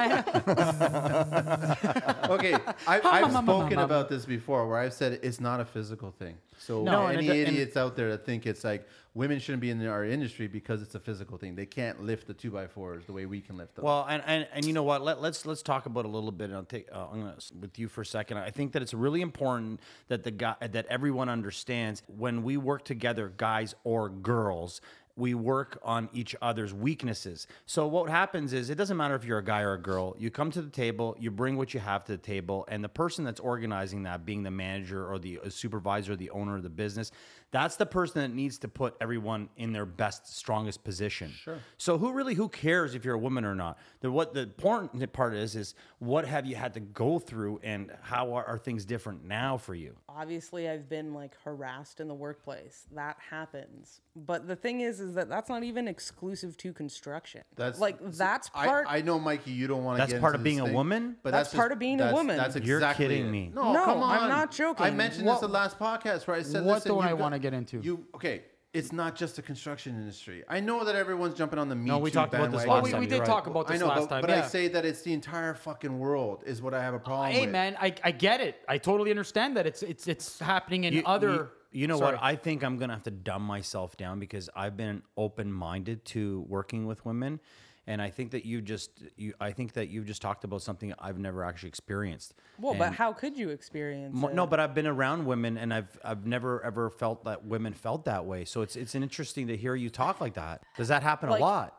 [SPEAKER 4] I, I've spoken about this before, where I've said it's not a physical thing. So
[SPEAKER 1] No, and
[SPEAKER 4] any
[SPEAKER 1] it- and-
[SPEAKER 4] idiots out there that think it's like women shouldn't be in our industry because it's a physical thing. They can't lift the two by fours the way we can lift them.
[SPEAKER 2] Well, and, and and you know what? Let, let's let's talk about a little bit. And I'll take uh, I'm gonna s- with you for a second. I think that it's really important that the guy that everyone understands when we work together, guys or girls. We work on each other's weaknesses. So what happens is it doesn't matter if you're a guy or a girl. You come to the table, you bring what you have to the table, and the person that's organizing that, being the manager or the supervisor, the uh, owner of the business, That's the person that needs to put everyone in their best, strongest position. Sure. So who really who cares if you're a woman or not? The what the important part is is what have you had to go through and how are, are things different now for you?
[SPEAKER 5] obviously I've been like harassed in the workplace. That happens. But the thing is is that that's not even exclusive to construction.
[SPEAKER 4] That's
[SPEAKER 5] like
[SPEAKER 4] see,
[SPEAKER 5] that's
[SPEAKER 4] I-
[SPEAKER 5] part
[SPEAKER 4] I, know, Mikey, you don't want to.
[SPEAKER 2] That's
[SPEAKER 4] get
[SPEAKER 2] part
[SPEAKER 4] into
[SPEAKER 2] of being
[SPEAKER 4] this
[SPEAKER 2] a
[SPEAKER 4] thing,
[SPEAKER 2] woman?
[SPEAKER 4] But
[SPEAKER 5] That's part of being a
[SPEAKER 4] that's-
[SPEAKER 5] woman.
[SPEAKER 4] That's exactly
[SPEAKER 2] You're kidding
[SPEAKER 4] it.
[SPEAKER 2] me.
[SPEAKER 4] No,
[SPEAKER 5] No,
[SPEAKER 4] come on.
[SPEAKER 5] I'm not joking.
[SPEAKER 4] I mentioned
[SPEAKER 1] What-
[SPEAKER 4] this the last podcast where I said,
[SPEAKER 1] What
[SPEAKER 4] "Listen,
[SPEAKER 1] do I
[SPEAKER 4] you've got-
[SPEAKER 1] wanna get into?
[SPEAKER 4] You okay? It's not just the construction industry. I know that everyone's jumping on the me.
[SPEAKER 1] No, we
[SPEAKER 4] Too
[SPEAKER 1] talked about this last
[SPEAKER 4] bandwagon. Well,
[SPEAKER 1] time.
[SPEAKER 4] we-
[SPEAKER 1] Oh, We
[SPEAKER 2] you're
[SPEAKER 1] did
[SPEAKER 2] right.
[SPEAKER 1] talk about
[SPEAKER 4] I
[SPEAKER 1] this
[SPEAKER 4] know,
[SPEAKER 1] last
[SPEAKER 4] but,
[SPEAKER 1] time.
[SPEAKER 4] but I
[SPEAKER 1] yeah.
[SPEAKER 4] say that it's the entire fucking world is what I have a problem
[SPEAKER 1] Hey
[SPEAKER 4] with.
[SPEAKER 1] man, I, I get it. I totally understand that it's it's it's happening in other.
[SPEAKER 2] You, you know
[SPEAKER 1] Sorry.
[SPEAKER 2] what? I think I'm gonna have to dumb myself down because I've been open minded to working with women, and I think that you just you. I think that you've just talked about something I've never actually experienced.
[SPEAKER 5] Well, but
[SPEAKER 2] And-
[SPEAKER 5] how could you experience
[SPEAKER 2] Mo-
[SPEAKER 5] it?
[SPEAKER 2] No, but I've been around women, and I've I've never ever felt that women felt that way. So it's it's interesting to hear you talk like that. Does that happen
[SPEAKER 5] Like-
[SPEAKER 2] a lot?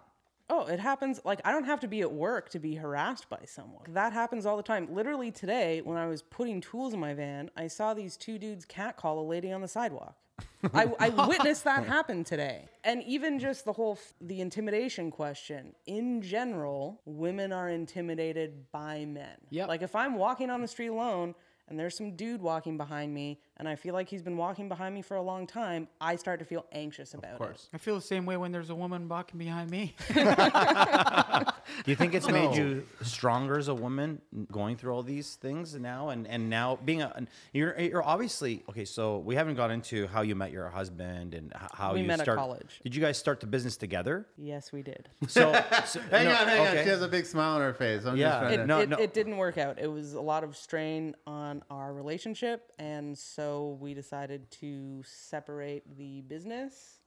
[SPEAKER 5] Oh, it happens. Like, I don't have to be at work to be harassed by someone. That happens all the time. Literally today, when I was putting tools in my van, I saw these two dudes catcall a lady on the sidewalk. I, I witnessed that happen today. And even just the whole, f- the intimidation question. In general, women are intimidated by men.
[SPEAKER 1] Yep.
[SPEAKER 5] Like, if I'm walking on the street alone and there's some dude walking behind me and I feel like he's been walking behind me for a long time, I start to feel anxious about it.
[SPEAKER 4] course.
[SPEAKER 1] I feel the same way when there's a woman walking behind me.
[SPEAKER 2] Do you think it's made
[SPEAKER 4] No.
[SPEAKER 2] you stronger as a woman going through all these things now and and now being a an, you're you're obviously okay. So we haven't got into how you met your husband and h- how
[SPEAKER 5] We
[SPEAKER 2] you
[SPEAKER 5] met at
[SPEAKER 2] start.
[SPEAKER 5] college.
[SPEAKER 2] Did you guys start the business together?
[SPEAKER 5] Yes, we did.
[SPEAKER 2] So, so-
[SPEAKER 4] Hang
[SPEAKER 2] no,
[SPEAKER 4] on, hang on.
[SPEAKER 2] okay.
[SPEAKER 4] She has a big smile on her face. I'm
[SPEAKER 2] Yeah.
[SPEAKER 4] just trying
[SPEAKER 2] It-
[SPEAKER 4] to.
[SPEAKER 5] it,
[SPEAKER 2] No,
[SPEAKER 5] it,
[SPEAKER 2] no.
[SPEAKER 5] it didn't work out. It was a lot of strain on our relationship, and so we decided to separate the business,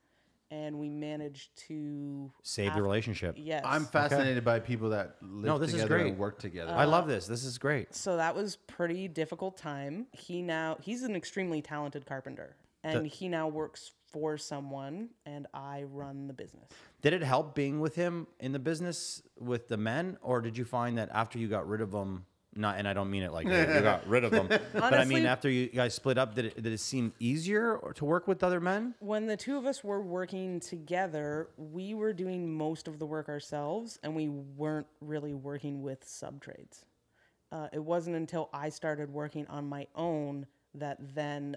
[SPEAKER 5] and we managed to
[SPEAKER 2] Save the relationship.
[SPEAKER 5] Yes,
[SPEAKER 4] I'm fascinated by people that live
[SPEAKER 2] No, this is
[SPEAKER 4] together
[SPEAKER 2] great.
[SPEAKER 4] and work together.
[SPEAKER 2] I love this. This is great.
[SPEAKER 5] so that was pretty difficult time. He now he's an extremely talented carpenter, and he now works for someone, and I run the business.
[SPEAKER 2] Did it help being with him in the business with the men, or did you find that after you got rid of him? Not, and I don't mean it like you got rid of him, but I mean
[SPEAKER 5] Honestly-
[SPEAKER 2] after you guys split up, did it, did it seem easier or to work with other men?
[SPEAKER 5] when the two of us were working together, we were doing most of the work ourselves and we weren't really working with sub trades. Uh, it wasn't until I started working on my own that then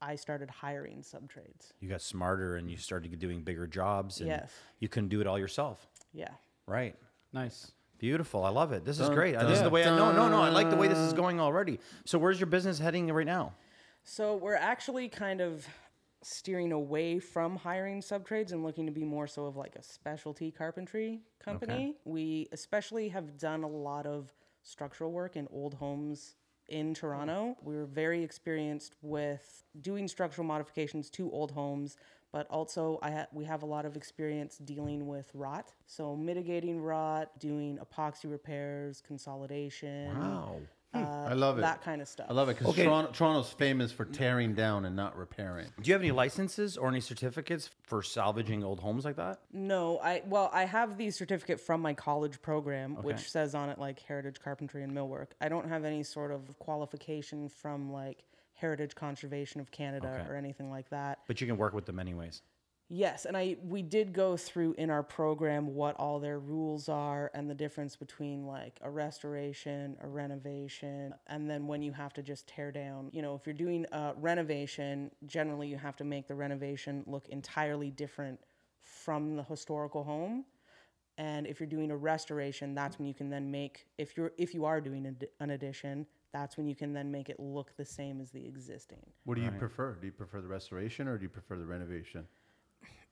[SPEAKER 5] I started hiring sub trades.
[SPEAKER 2] you got smarter and you started doing bigger jobs and
[SPEAKER 5] Yes.
[SPEAKER 2] you couldn't do it all yourself
[SPEAKER 5] Yeah.
[SPEAKER 2] right
[SPEAKER 1] nice.
[SPEAKER 2] beautiful i love it this is great this is the way i no no no i like the way this is going already so where's your business heading right now
[SPEAKER 5] So we're actually kind of steering away from hiring sub trades and looking to be more so of like a specialty carpentry company. We especially have done a lot of structural work in old homes in
[SPEAKER 4] Mm.
[SPEAKER 5] Toronto. We were very experienced with doing structural modifications to old homes, but also I ha- we have a lot of experience dealing with rot. So mitigating rot, doing epoxy repairs, consolidation,
[SPEAKER 4] I love it.
[SPEAKER 5] that kind of stuff.
[SPEAKER 4] I love it because
[SPEAKER 2] Okay.
[SPEAKER 4] Toronto, Toronto's famous for tearing down and not repairing.
[SPEAKER 2] do you have any licenses or any certificates for salvaging old homes like that
[SPEAKER 5] No, I well, I have the certificate from my college program, which says on it like heritage carpentry and millwork. I don't have any sort of qualification from like Heritage Conservation of Canada or anything like that.
[SPEAKER 2] but you can work with them anyways
[SPEAKER 5] Yes, and I we did go through in our program what all their rules are and the difference between like a restoration, a renovation, and then when you have to just tear down. You know, if you're doing a renovation, generally you have to make the renovation look entirely different from the historical home. And if you're doing a restoration, that's when you can then make if you're if you are doing ad- an addition, that's when you can then make it look the same as the existing.
[SPEAKER 4] What do you prefer? Do you prefer the restoration or do you prefer the renovation?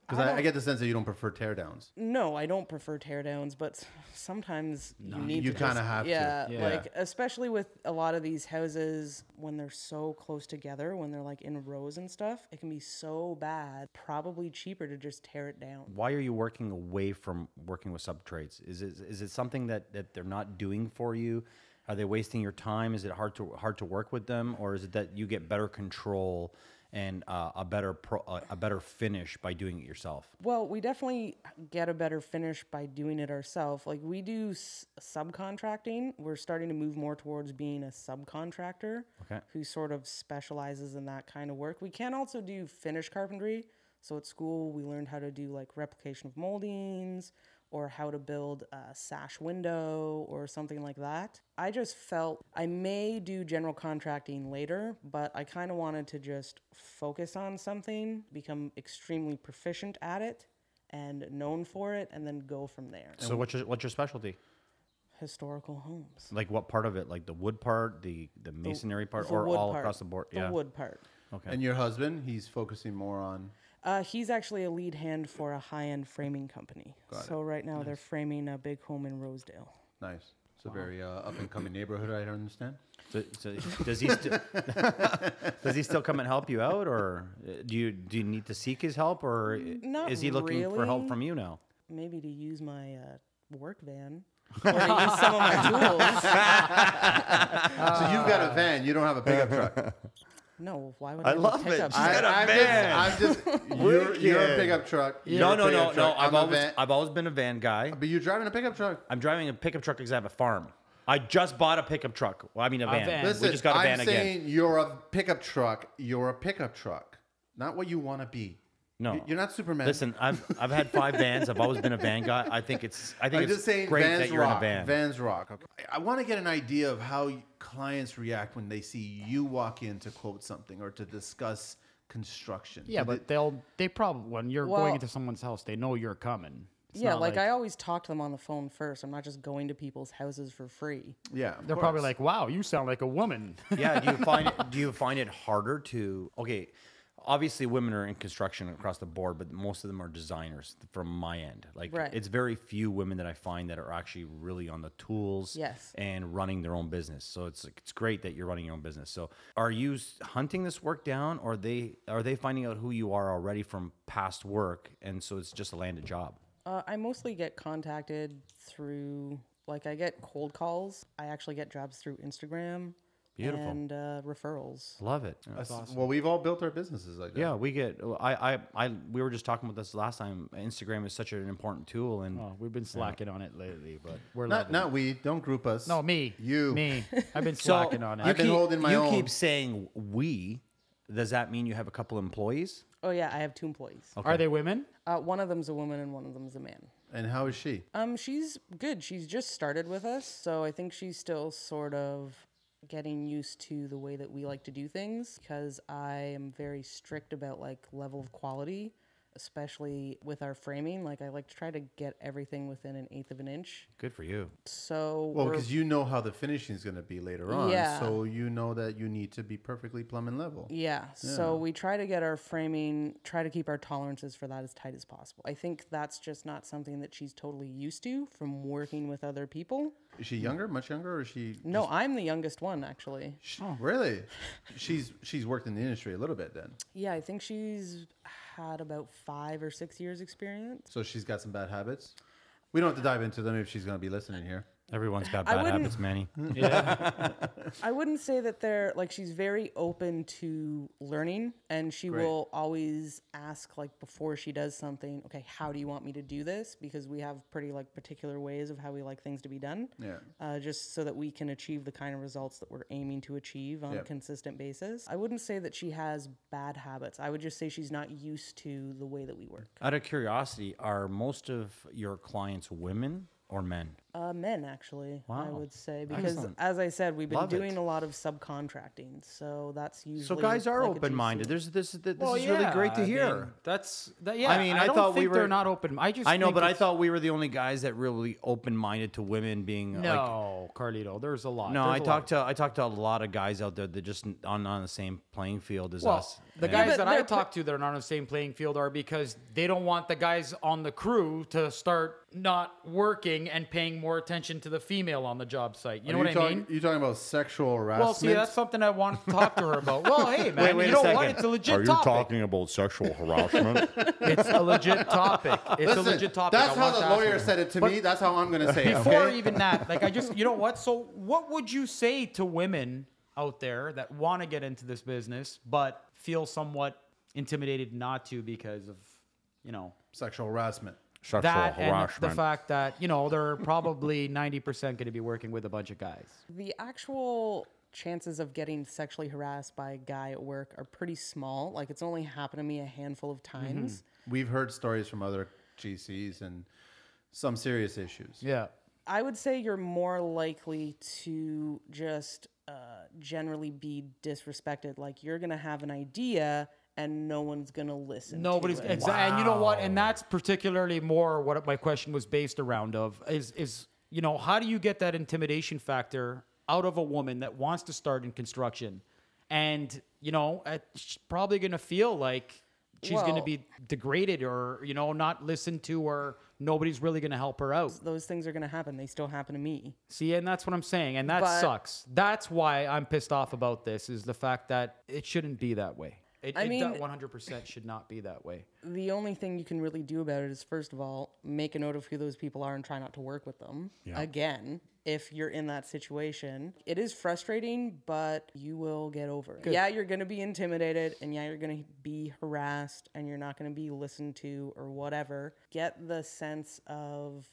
[SPEAKER 4] Because I, I get the sense that you don't prefer teardowns.
[SPEAKER 5] No, I don't prefer teardowns, but s- sometimes you need
[SPEAKER 4] You
[SPEAKER 5] to
[SPEAKER 4] kinda
[SPEAKER 5] just-
[SPEAKER 4] have to.
[SPEAKER 5] yeah,
[SPEAKER 4] Yeah.
[SPEAKER 5] like especially with a lot of these houses when they're so close together, when they're like in rows and stuff, it can be so bad. Probably cheaper to just tear it down.
[SPEAKER 2] why are you working away from working with sub trades is it is it something that that they're not doing for you are they wasting your time is it hard to hard to work with them or is it that you get better control and uh, a better pro, uh, a better finish by doing it yourself.
[SPEAKER 5] Well, we definitely get a better finish by doing it ourselves. Like we do s- subcontracting. We're starting to move more towards being a subcontractor
[SPEAKER 2] Okay.
[SPEAKER 5] who sort of specializes in that kind of work. We can also do finish carpentry. So at school, we learned how to do like replication of moldings or how to build a sash window or something like that. I just felt I may do general contracting later, but I kind of wanted to just focus on something, become extremely proficient at it and known for it, and then go from there.
[SPEAKER 2] So what's your what's your specialty?
[SPEAKER 5] Historical homes.
[SPEAKER 2] Like what part of it? Like the wood part, the the masonry part,
[SPEAKER 5] The
[SPEAKER 2] or
[SPEAKER 5] wood
[SPEAKER 2] all
[SPEAKER 5] part.
[SPEAKER 2] across the board?
[SPEAKER 5] The
[SPEAKER 2] yeah.
[SPEAKER 5] wood part.
[SPEAKER 2] Okay.
[SPEAKER 4] And your husband, he's focusing more on.
[SPEAKER 5] Uh, he's actually a lead hand for a high-end framing company. so right now they're framing a big home in Rosedale.
[SPEAKER 4] Nice. It's a very uh, up and coming neighborhood. I understand.
[SPEAKER 2] So, so does he still does he still come and help you out, or uh, do you do you need to seek his help, or i-
[SPEAKER 5] Not
[SPEAKER 2] is he looking for help
[SPEAKER 5] really.
[SPEAKER 2] from you now?
[SPEAKER 5] Maybe to use my uh, work van or to use some of my tools.
[SPEAKER 1] Uh,
[SPEAKER 4] so you've got a van. You don't have a pickup truck.
[SPEAKER 5] No, why would I,
[SPEAKER 3] I
[SPEAKER 5] have a
[SPEAKER 3] love it.
[SPEAKER 5] pickup
[SPEAKER 3] I-
[SPEAKER 5] truck?
[SPEAKER 3] got a
[SPEAKER 4] I'm
[SPEAKER 3] van.
[SPEAKER 4] just. I'm just you're, you're a
[SPEAKER 3] Wicked.
[SPEAKER 4] pickup truck. You're
[SPEAKER 2] No,
[SPEAKER 4] a
[SPEAKER 2] no, no,
[SPEAKER 4] pickup
[SPEAKER 2] no.
[SPEAKER 4] truck.
[SPEAKER 2] I've
[SPEAKER 4] I'm a
[SPEAKER 2] always
[SPEAKER 4] van-
[SPEAKER 2] I've always been a van guy.
[SPEAKER 4] But you're driving a pickup truck.
[SPEAKER 2] I'm driving a pickup truck because I have a farm. I just bought a pickup truck. Well, I mean a van.
[SPEAKER 1] van.
[SPEAKER 2] We
[SPEAKER 4] Listen,
[SPEAKER 2] just got a
[SPEAKER 4] I'm
[SPEAKER 2] van again.
[SPEAKER 4] saying you're a pickup truck. You're a pickup truck, not what you want to be.
[SPEAKER 2] No.
[SPEAKER 4] You- you're not Superman.
[SPEAKER 2] Listen, I've I've had five vans. I've always been a van guy. I think it's I think
[SPEAKER 4] I'm
[SPEAKER 2] it's
[SPEAKER 4] just saying
[SPEAKER 2] great
[SPEAKER 4] vans
[SPEAKER 2] that you're
[SPEAKER 4] rock.
[SPEAKER 2] in a van.
[SPEAKER 4] Vans rock. Okay. I, I want to get an idea of how y- clients react when they see you walk in to quote something or to discuss construction.
[SPEAKER 1] Yeah,
[SPEAKER 4] Do
[SPEAKER 1] but they'll they probably when you're
[SPEAKER 5] Well-
[SPEAKER 1] going into someone's house, they know you're coming. It's
[SPEAKER 5] yeah,
[SPEAKER 1] not
[SPEAKER 5] like, I always talk to them on the phone first. I'm not just going to people's houses for free.
[SPEAKER 4] they- yeah, of
[SPEAKER 1] they're probably
[SPEAKER 4] course.
[SPEAKER 1] like, "Wow, you sound like a woman."
[SPEAKER 2] yeah do you find it, do you find it harder to okay obviously women are in construction across the board but most of them are designers from my end like
[SPEAKER 5] Right.
[SPEAKER 2] it's very few women that i find that are actually really on the tools
[SPEAKER 5] Yes.
[SPEAKER 2] and running their own business so it's it's great that you're running your own business so are you s- hunting this work down or they are they finding out who you are already from past work and so it's just a landed job
[SPEAKER 5] Uh, I mostly get contacted through, like, I get cold calls. I actually get jobs through Instagram
[SPEAKER 2] Beautiful.
[SPEAKER 5] and uh, referrals.
[SPEAKER 2] love it Yeah.
[SPEAKER 4] That's Well, we've all built our businesses like that.
[SPEAKER 2] Yeah, we get. I, I, I. We were just talking about this last time. Instagram is such an important tool, and
[SPEAKER 1] Oh, we've been slacking on it lately, but we're
[SPEAKER 4] Not
[SPEAKER 1] not.
[SPEAKER 4] not we. Don't group us.
[SPEAKER 1] no, me,
[SPEAKER 4] You.
[SPEAKER 1] me. I've been
[SPEAKER 2] So,
[SPEAKER 1] slacking on it.
[SPEAKER 4] I've been holding my
[SPEAKER 2] you
[SPEAKER 4] own.
[SPEAKER 2] keep saying we. Does that mean you have a couple employees?
[SPEAKER 5] Oh, yeah, I have two employees.
[SPEAKER 1] Are they women?
[SPEAKER 5] Uh, one of them's a woman and one of them's a man.
[SPEAKER 4] And how is she?
[SPEAKER 5] Um, she's good. She's just started with us, so I think she's still sort of getting used to the way that we like to do things because I am very strict about like level of quality, especially with our framing. Like I like to try to get everything within an eighth of an inch.
[SPEAKER 2] Good for you.
[SPEAKER 5] So
[SPEAKER 4] Well,
[SPEAKER 5] we're-
[SPEAKER 4] because you know how the finishing is going to be later on,
[SPEAKER 5] Yeah.
[SPEAKER 4] so you know that you need to be perfectly plumb and level.
[SPEAKER 5] Yeah. So we try to get our framing, try to keep our tolerances for that as tight as possible. I think that's just not something that she's totally used to from working with other people.
[SPEAKER 4] Is she younger? Much younger? Or is she?
[SPEAKER 5] No, I'm the youngest one actually.
[SPEAKER 4] Sh Really? She's she's worked in the industry a little bit then,
[SPEAKER 5] Yeah, I think she's had about five or six years experience.
[SPEAKER 4] so she's got some bad habits. We don't have to dive into them if she's going to be listening here.
[SPEAKER 2] Everyone's got
[SPEAKER 5] I
[SPEAKER 2] bad
[SPEAKER 5] wouldn't-
[SPEAKER 2] habits, Manny.
[SPEAKER 5] I wouldn't say that they're like she's very open to learning and she
[SPEAKER 4] Great.
[SPEAKER 5] will always ask like before she does something, okay, how do you want me to do this? Because we have pretty like particular ways of how we like things to be done.
[SPEAKER 4] Yeah.
[SPEAKER 5] Uh, just so that we can achieve the kind of results that we're aiming to achieve on
[SPEAKER 4] Yeah.
[SPEAKER 5] a consistent basis. I wouldn't say that she has bad habits. I would just say she's not used to the way that we work.
[SPEAKER 2] Out of curiosity, are most of your clients women or men?
[SPEAKER 5] Uh, men, actually, I
[SPEAKER 2] Wow.
[SPEAKER 5] would say because,
[SPEAKER 2] Excellent.
[SPEAKER 5] as I said, we've been
[SPEAKER 2] Love it.
[SPEAKER 5] doing a lot of subcontracting, so that's usually
[SPEAKER 2] So guys are
[SPEAKER 5] like a
[SPEAKER 2] open-minded.
[SPEAKER 5] GC.
[SPEAKER 2] There's this. This, is really great to hear.
[SPEAKER 1] that's that, yeah. I mean, I,
[SPEAKER 2] don't
[SPEAKER 1] thought we
[SPEAKER 2] think
[SPEAKER 1] were
[SPEAKER 2] they're
[SPEAKER 1] they're
[SPEAKER 2] not
[SPEAKER 1] not open. I just
[SPEAKER 2] I know, but I thought we were the only guys that really open-minded to women being uh, like
[SPEAKER 1] no, Carlito. There's a lot.
[SPEAKER 2] No, I talked to I talked to a lot of guys out there that just n- on on the same playing field as
[SPEAKER 1] Well,
[SPEAKER 2] us.
[SPEAKER 1] the
[SPEAKER 2] And-
[SPEAKER 1] guys
[SPEAKER 5] but
[SPEAKER 1] that I
[SPEAKER 5] they're
[SPEAKER 1] talk to that are not on the same playing field are because they don't want the guys on the crew to start not working and paying more attention to the female on the job site. You know
[SPEAKER 4] Are
[SPEAKER 1] what
[SPEAKER 4] talking,
[SPEAKER 1] I mean?
[SPEAKER 4] You're talking about sexual harassment.
[SPEAKER 1] Well, see, that's something I wanted to talk to her about. Well, hey, man,
[SPEAKER 2] wait a
[SPEAKER 1] you know what?
[SPEAKER 2] second.
[SPEAKER 1] It's a legit
[SPEAKER 6] Are you
[SPEAKER 1] topic.
[SPEAKER 6] talking about sexual harassment?
[SPEAKER 1] It's a legit topic. It's
[SPEAKER 4] Listen,
[SPEAKER 1] a legit topic.
[SPEAKER 4] That's
[SPEAKER 1] I
[SPEAKER 4] how
[SPEAKER 1] want
[SPEAKER 4] the
[SPEAKER 1] to ask
[SPEAKER 4] lawyer
[SPEAKER 1] her.
[SPEAKER 4] said it to me. That's how I'm going to say it.
[SPEAKER 1] Before
[SPEAKER 4] okay?
[SPEAKER 1] even that, like I just, you know what? So, what would you say to women out there that want to get into this business but feel somewhat intimidated not to because of you know
[SPEAKER 4] Sexual harassment.
[SPEAKER 6] Sexual
[SPEAKER 1] that and
[SPEAKER 6] harassment.
[SPEAKER 1] the fact that you know they're probably 90% going to be working with a bunch of guys
[SPEAKER 5] The actual chances of getting sexually harassed by a guy at work are pretty small. Like it's only happened to me a handful of
[SPEAKER 2] Mm-hmm.
[SPEAKER 5] times.
[SPEAKER 4] We've heard stories from other GCs and some serious issues.
[SPEAKER 1] yeah
[SPEAKER 5] I would say you're more likely to just uh, generally be disrespected. Like you're gonna have an idea and no one's gonna listen.
[SPEAKER 1] nobody's
[SPEAKER 5] to it.
[SPEAKER 1] exactly and you know what and that's particularly more what my question was based around of is is you know how do you get that intimidation factor out of a woman that wants to start in construction and you know uh, she's probably going to feel like she's going to
[SPEAKER 5] Well-
[SPEAKER 1] be degraded or you know not listened to or nobody's really going to help her out
[SPEAKER 5] Those things are gonna happen. They still happen to me.
[SPEAKER 1] See, and that's what I'm saying, and that
[SPEAKER 5] But-
[SPEAKER 1] sucks. That's why I'm pissed off about this is the fact that it shouldn't be that way. It,
[SPEAKER 5] I
[SPEAKER 1] it
[SPEAKER 5] mean-
[SPEAKER 1] 100% should not be that way.
[SPEAKER 5] The only thing you can really do about it is, first of all, make a note of who those people are and try not to work with them. Again, if you're in that situation, it is frustrating, but you will get over it. Yeah, you're going to be intimidated and yeah, you're going to be harassed and you're not going to be listened to or whatever. Get the sense of,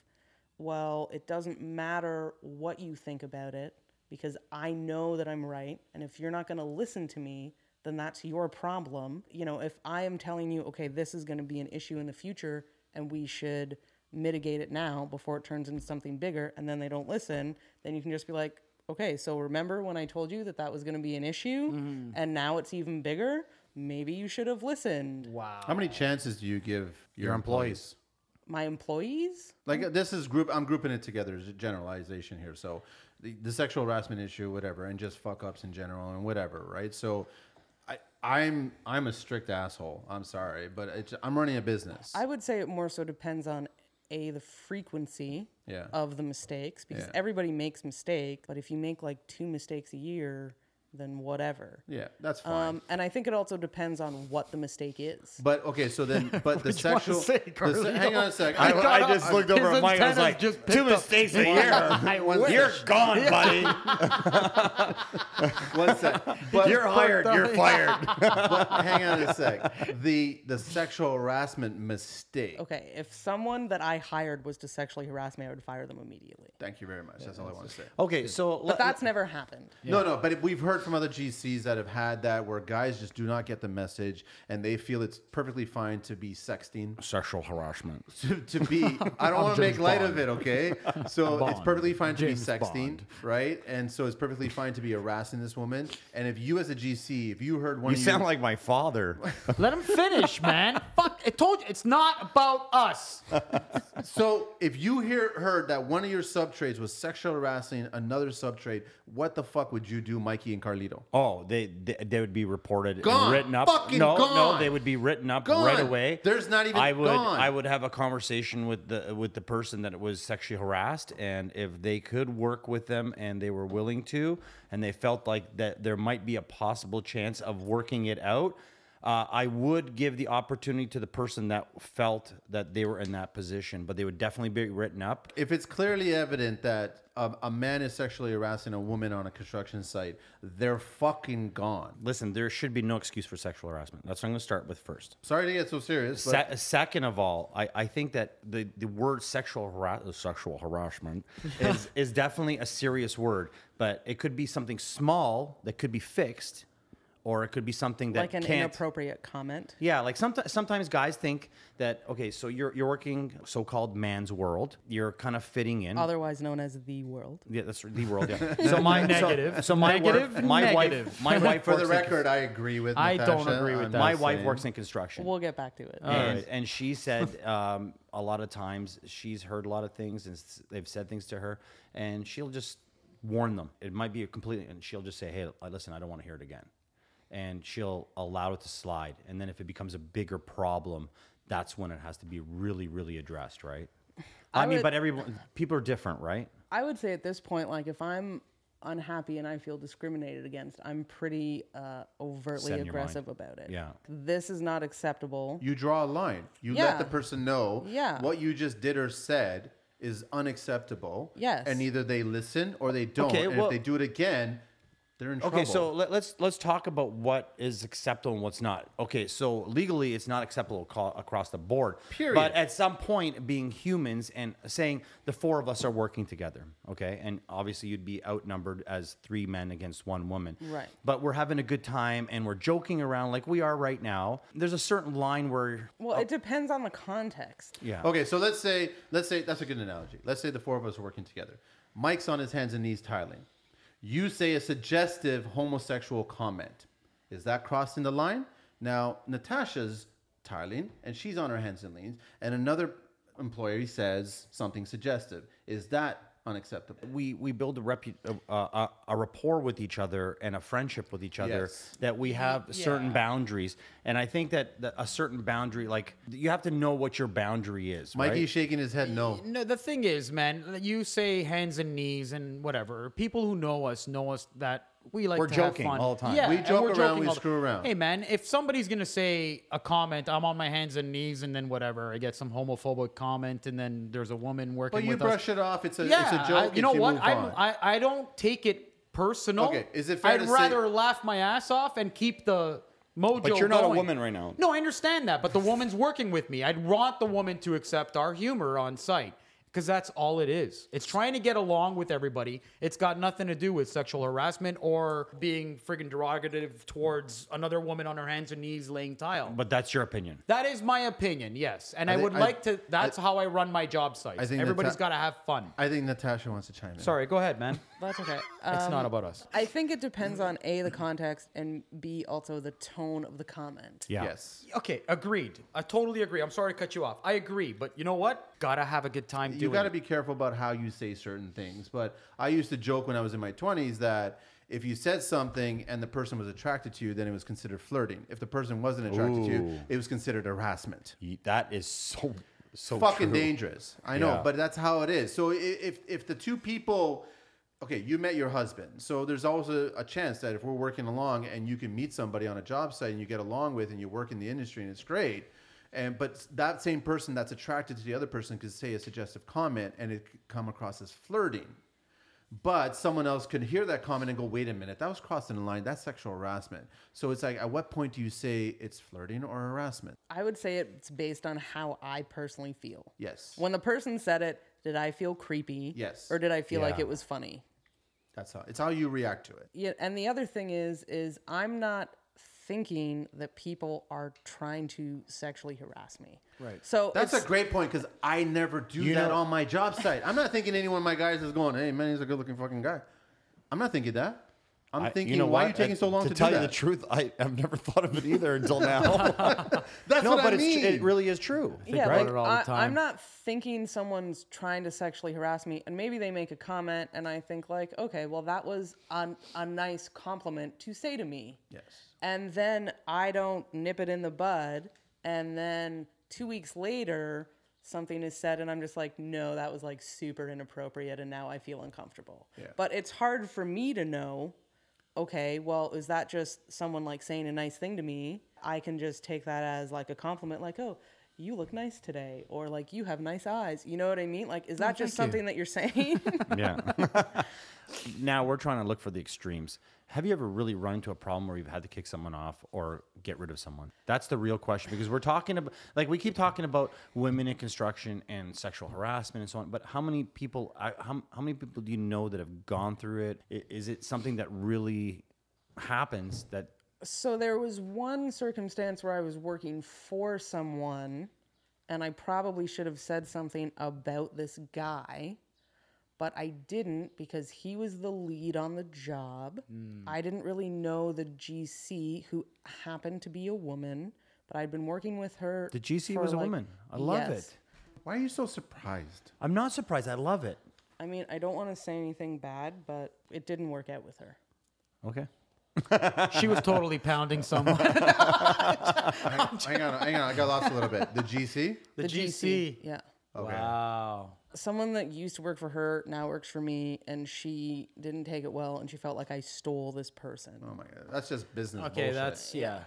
[SPEAKER 5] well, it doesn't matter what you think about it because I know that I'm right. And if you're not going to listen to me, then that's your problem. You know, if I am telling you, okay, this is going to be an issue in the future and we should mitigate it now before it turns into something bigger and then they don't listen, then you can just be like, okay, so remember when I told you that that was going to be an issue and now it's even bigger? Maybe you should have listened.
[SPEAKER 4] How many chances do you give your, employees?
[SPEAKER 5] My employees?
[SPEAKER 4] Like uh, this is group. I'm grouping it together as a generalization here. So the, the sexual harassment issue, whatever, and just fuck ups in general and whatever, right? So I, I'm I'm a strict asshole. I'm sorry, but it's, I'm running a business.
[SPEAKER 5] I would say it more so depends on a the frequency
[SPEAKER 4] Yeah.
[SPEAKER 5] of the mistakes because
[SPEAKER 4] Yeah.
[SPEAKER 5] everybody makes mistakes, but if you make like two mistakes a year, then whatever.
[SPEAKER 4] yeah, that's fine.
[SPEAKER 5] Um, and I think it also depends on what the mistake is.
[SPEAKER 2] Mm.
[SPEAKER 4] but okay, so then, but the
[SPEAKER 1] one
[SPEAKER 4] sexual.
[SPEAKER 1] is it,
[SPEAKER 4] the se- hang on a sec.
[SPEAKER 6] I,
[SPEAKER 4] I-
[SPEAKER 6] I just looked over
[SPEAKER 1] His
[SPEAKER 6] at Mike. I was
[SPEAKER 1] antennas
[SPEAKER 6] like,
[SPEAKER 1] just
[SPEAKER 6] two
[SPEAKER 1] picked up-
[SPEAKER 6] mistakes a year. You're gone, buddy.
[SPEAKER 4] one sec. But
[SPEAKER 6] You're hired. You're fired.
[SPEAKER 4] but hang on a sec. The the sexual harassment mistake.
[SPEAKER 5] okay, if someone that I hired was to sexually harass me, I would fire them immediately.
[SPEAKER 4] Thank you very much. That's all I want to say.
[SPEAKER 2] Okay, so
[SPEAKER 5] But that's never happened.
[SPEAKER 4] No, no, but we've heard from other GCs that have had that where guys just do not get the message and they feel it's perfectly fine to be sexting.
[SPEAKER 6] Sexual harassment.
[SPEAKER 4] To, to be, I don't want to make
[SPEAKER 1] James
[SPEAKER 4] light of
[SPEAKER 1] Bond.
[SPEAKER 4] it, okay? So it's
[SPEAKER 1] Bond.
[SPEAKER 4] perfectly fine to
[SPEAKER 1] James
[SPEAKER 4] be sexting,
[SPEAKER 1] Bond.
[SPEAKER 4] right? And so it's perfectly fine to be harassing this woman. And if you, as a GC, if you heard one,
[SPEAKER 6] You
[SPEAKER 4] of
[SPEAKER 6] sound like my father.
[SPEAKER 1] Let him finish, man. Fuck, I told you, it's not about us.
[SPEAKER 4] so. If you hear heard that one of your sub trades was sexual harassing another sub trade, what the fuck would you do, Mikey and Carlito?
[SPEAKER 2] Oh, they they, they would be reported,
[SPEAKER 4] Gone.
[SPEAKER 2] and written up.
[SPEAKER 4] Fucking
[SPEAKER 2] no, no,
[SPEAKER 4] gone.
[SPEAKER 2] they would be written up
[SPEAKER 4] Gone.
[SPEAKER 2] right away.
[SPEAKER 4] There's not even-
[SPEAKER 2] I would
[SPEAKER 4] gone.
[SPEAKER 2] I would have a conversation with the with the person that was sexually harassed, and if they could work with them and they were willing to, and they felt like that there might be a possible chance of working it out. Uh, I would give the opportunity to the person that felt that they were in that position, but they would definitely be written up.
[SPEAKER 4] if it's clearly evident that a, a man is sexually harassing a woman on a construction site, they're fucking gone.
[SPEAKER 2] Listen, there should be no excuse for sexual harassment. That's what I'm going to start with first.
[SPEAKER 4] Sorry to get so serious, but
[SPEAKER 2] Se- second of all, I, I think that the, the word sexual hara- uh, sexual harassment is, is definitely a serious word, but it could be something small that could be fixed, or it could be something that
[SPEAKER 5] Like an
[SPEAKER 2] can't.
[SPEAKER 5] inappropriate comment.
[SPEAKER 2] Yeah, like sometimes sometimes guys think that okay, so you're you're working so-called man's world, you're kind of fitting in.
[SPEAKER 5] Otherwise known as the world.
[SPEAKER 2] yeah, that's the world. Yeah. So my
[SPEAKER 1] Negative.
[SPEAKER 2] So, so my
[SPEAKER 1] Negative,
[SPEAKER 2] work, my
[SPEAKER 1] negative.
[SPEAKER 2] wife, my wife
[SPEAKER 4] for the
[SPEAKER 2] works in-
[SPEAKER 4] record, I agree with.
[SPEAKER 1] I don't
[SPEAKER 4] Natasha
[SPEAKER 1] agree with
[SPEAKER 4] on
[SPEAKER 1] that.
[SPEAKER 2] my
[SPEAKER 4] this
[SPEAKER 2] wife
[SPEAKER 4] thing.
[SPEAKER 2] works in construction.
[SPEAKER 5] We'll get back to it.
[SPEAKER 2] and, and she said um, a lot of times she's heard a lot of things and s- they've said things to her and she'll just warn them it might be a completely and she'll just say hey li- listen i don't want to hear it again and she'll allow it to slide and then if it becomes a bigger problem that's when it has to be really really addressed right i, mean
[SPEAKER 5] would-
[SPEAKER 2] but everyone people are different right
[SPEAKER 5] I would say at this point, like if I'm unhappy and I feel discriminated against, I'm pretty uh, overtly
[SPEAKER 2] Set in your mind.
[SPEAKER 5] aggressive about it.
[SPEAKER 2] Yeah.
[SPEAKER 5] This is not acceptable.
[SPEAKER 4] You draw a line. You
[SPEAKER 5] Yeah.
[SPEAKER 4] let the person know
[SPEAKER 5] Yeah.
[SPEAKER 4] what you just did or said is unacceptable.
[SPEAKER 5] Yes.
[SPEAKER 4] And either they listen or they don't.
[SPEAKER 2] Okay,
[SPEAKER 4] and
[SPEAKER 2] well-
[SPEAKER 4] if they do it again, They're in trouble.
[SPEAKER 2] Okay, so let, let's let's talk about what is acceptable and what's not. Okay, so legally it's not acceptable co- across the board.
[SPEAKER 4] Period.
[SPEAKER 2] But at some point, being humans and saying the four of us are working together, okay, and obviously you'd be outnumbered as three men against one woman.
[SPEAKER 5] Right.
[SPEAKER 2] But we're having a good time and we're joking around like we are right now. There's a certain line where
[SPEAKER 5] Well, it depends on the context.
[SPEAKER 2] yeah.
[SPEAKER 4] Okay, so let's say let's say that's a good analogy. Let's say the four of us are working together. Mike's on his hands and knees tiling. You say a suggestive homosexual comment. Is that crossing the line? Now Natasha's tiling and she's on her hands and knees, and another employee says something suggestive. Is that unacceptable?
[SPEAKER 2] we we build a, repu- a, a, a rapport with each other and a friendship with each other
[SPEAKER 4] Yes.
[SPEAKER 2] that we have certain boundaries and i think that, that a certain boundary like you have to know what your boundary is
[SPEAKER 4] Mikey's
[SPEAKER 2] right?
[SPEAKER 4] shaking his head no.
[SPEAKER 1] No, the thing is, man, you say hands and knees and whatever. People who know us know us that we like
[SPEAKER 2] We're
[SPEAKER 1] to
[SPEAKER 2] joking
[SPEAKER 1] have fun.
[SPEAKER 2] all the time.
[SPEAKER 1] Yeah,
[SPEAKER 4] We
[SPEAKER 1] and
[SPEAKER 4] joke
[SPEAKER 1] we're
[SPEAKER 4] around,
[SPEAKER 1] joking
[SPEAKER 4] we
[SPEAKER 1] all the-
[SPEAKER 4] screw around.
[SPEAKER 1] Hey, man, if somebody's gonna say a comment, I'm on my hands and knees, and then whatever, I get some homophobic comment, and then there's a woman working
[SPEAKER 4] But you
[SPEAKER 1] with us.
[SPEAKER 4] brush it off. It's a
[SPEAKER 1] yeah,
[SPEAKER 4] it's a
[SPEAKER 1] I-
[SPEAKER 4] joke.
[SPEAKER 1] you know
[SPEAKER 4] and
[SPEAKER 1] what?
[SPEAKER 4] Move
[SPEAKER 1] I,
[SPEAKER 4] on.
[SPEAKER 1] I I don't take it personal.
[SPEAKER 4] Okay, is it fair
[SPEAKER 1] I'd
[SPEAKER 4] to say-
[SPEAKER 1] rather laugh my ass off and keep the mojo.
[SPEAKER 2] But you're not a
[SPEAKER 1] going.
[SPEAKER 2] woman right now.
[SPEAKER 1] No, I understand that, but the woman's working with me. I'd want the woman to accept our humor on site because that's all it is. It's trying to get along with everybody. It's got nothing to do with sexual harassment or being friggin' derogative towards another woman on her hands and knees laying tile.
[SPEAKER 2] but that's your opinion
[SPEAKER 1] That is my opinion, yes, and I,
[SPEAKER 4] think-
[SPEAKER 1] would
[SPEAKER 4] I-
[SPEAKER 1] like to. That's
[SPEAKER 4] I-
[SPEAKER 1] how I run my job site.
[SPEAKER 4] I think
[SPEAKER 1] Everybody's
[SPEAKER 4] that's-
[SPEAKER 1] got to have fun.
[SPEAKER 4] I think Natasha wants to chime in.
[SPEAKER 1] Sorry, go ahead, man.
[SPEAKER 5] That's okay.
[SPEAKER 1] It's
[SPEAKER 5] Um,
[SPEAKER 1] not about us.
[SPEAKER 5] I think it depends on A, the context, and B, also the tone of the comment.
[SPEAKER 2] yeah
[SPEAKER 4] Yes.
[SPEAKER 1] Okay, agreed. I totally agree. I'm sorry to cut you off. I agree, but you know what? Gotta have a good time
[SPEAKER 4] you
[SPEAKER 1] doing
[SPEAKER 4] got to
[SPEAKER 1] it.
[SPEAKER 4] be careful about how you say certain things. But I used to joke when I was in my 20s that if you said something and the person was attracted to you, then it was considered flirting. If the person wasn't attracted to you,
[SPEAKER 2] Ooh.
[SPEAKER 4] it was considered harassment.
[SPEAKER 2] You- that is so so
[SPEAKER 4] Fucking
[SPEAKER 2] Oh, true.
[SPEAKER 4] dangerous. I know,
[SPEAKER 2] Yeah.
[SPEAKER 4] but that's how it is. So i- if if the two people Okay, you met your husband. So there's always a, a chance that if we're working along and you can meet somebody on a job site and you get along with and you work in the industry and it's great. And but that same person that's attracted to the other person could say a suggestive comment and it could come across as flirting. But someone else could hear that comment and go, wait a minute, that was crossing the line. That's sexual harassment. So it's like, at what point do you say it's flirting or harassment?
[SPEAKER 5] I would say it's based on how I personally feel.
[SPEAKER 4] Yes.
[SPEAKER 5] When the person said it, did I feel creepy?
[SPEAKER 4] Yes.
[SPEAKER 5] Or did I feel like
[SPEAKER 2] Yeah.
[SPEAKER 5] it was funny?
[SPEAKER 4] That's how it's how you react to it.
[SPEAKER 5] Yeah, and the other thing is, is I'm not thinking that people are trying to sexually harass me. Right. So
[SPEAKER 4] That's
[SPEAKER 5] Oh, it's-
[SPEAKER 4] a great point because I never do that on my job site. I'm not thinking any one of my guys is going, "Hey, man, he's a good-looking fucking guy." I'm not thinking that. I'm
[SPEAKER 6] I-
[SPEAKER 4] thinking, why are you taking
[SPEAKER 6] I-
[SPEAKER 4] so long to,
[SPEAKER 6] tell
[SPEAKER 4] do
[SPEAKER 6] you
[SPEAKER 4] that?
[SPEAKER 6] the truth? I, I've never thought of it either until now.
[SPEAKER 4] That's
[SPEAKER 2] no
[SPEAKER 4] what
[SPEAKER 2] but
[SPEAKER 4] I
[SPEAKER 2] it's
[SPEAKER 4] mean.
[SPEAKER 2] tr- it really is true
[SPEAKER 5] yeah,
[SPEAKER 1] about
[SPEAKER 5] like,
[SPEAKER 1] it all the
[SPEAKER 5] I,
[SPEAKER 1] time.
[SPEAKER 5] I'm not thinking someone's trying to sexually harass me, and maybe they make a comment, and I think like, okay, well, that was a, a nice compliment to say to me. Yes. And then I don't nip it in the bud, and then two weeks later, something is said, and I'm just like, no, that was like super inappropriate, and now I feel uncomfortable. But it's hard for me to know okay, well, is that just someone like saying a nice thing to me? I can just take that as like a compliment, like, oh, you look nice today, or like you have nice eyes. You know what I mean? Like, is that just something that you're saying?
[SPEAKER 2] Yeah. now we're trying to look for the extremes. Have you ever really run into a problem where you've had to kick someone off or get rid of someone? That's the real question because we're talking about, like, we keep talking about women in construction and sexual harassment and so on. But how many people, I- how, how many people do you know that have gone through it? I- Is it something that really happens that
[SPEAKER 5] so there was one circumstance where I was working for someone, and I probably should have said something about this guy, but I didn't because he was the lead on the job.
[SPEAKER 2] Hmm.
[SPEAKER 5] I didn't really know the GC who happened to be a woman, but I'd been working with her.
[SPEAKER 2] the GC
[SPEAKER 5] for,
[SPEAKER 2] was a
[SPEAKER 5] like-
[SPEAKER 2] woman? I love
[SPEAKER 5] Yes.
[SPEAKER 2] it.
[SPEAKER 4] why are you so surprised?
[SPEAKER 2] I'm not surprised. I love it.
[SPEAKER 5] I mean, I don't want to say anything bad, but it didn't work out with her.
[SPEAKER 2] Okay.
[SPEAKER 1] she was totally pounding someone.
[SPEAKER 4] Hang, hang on, hang on. I got lost a little bit. The GC.
[SPEAKER 1] The,
[SPEAKER 5] Yeah.
[SPEAKER 1] Wow.
[SPEAKER 5] someone that used to work for her now works for me and she didn't take it well and she felt like I stole this person.
[SPEAKER 4] Oh my god, that's just business.
[SPEAKER 1] Okay,
[SPEAKER 4] bullshit.
[SPEAKER 1] that's yeah.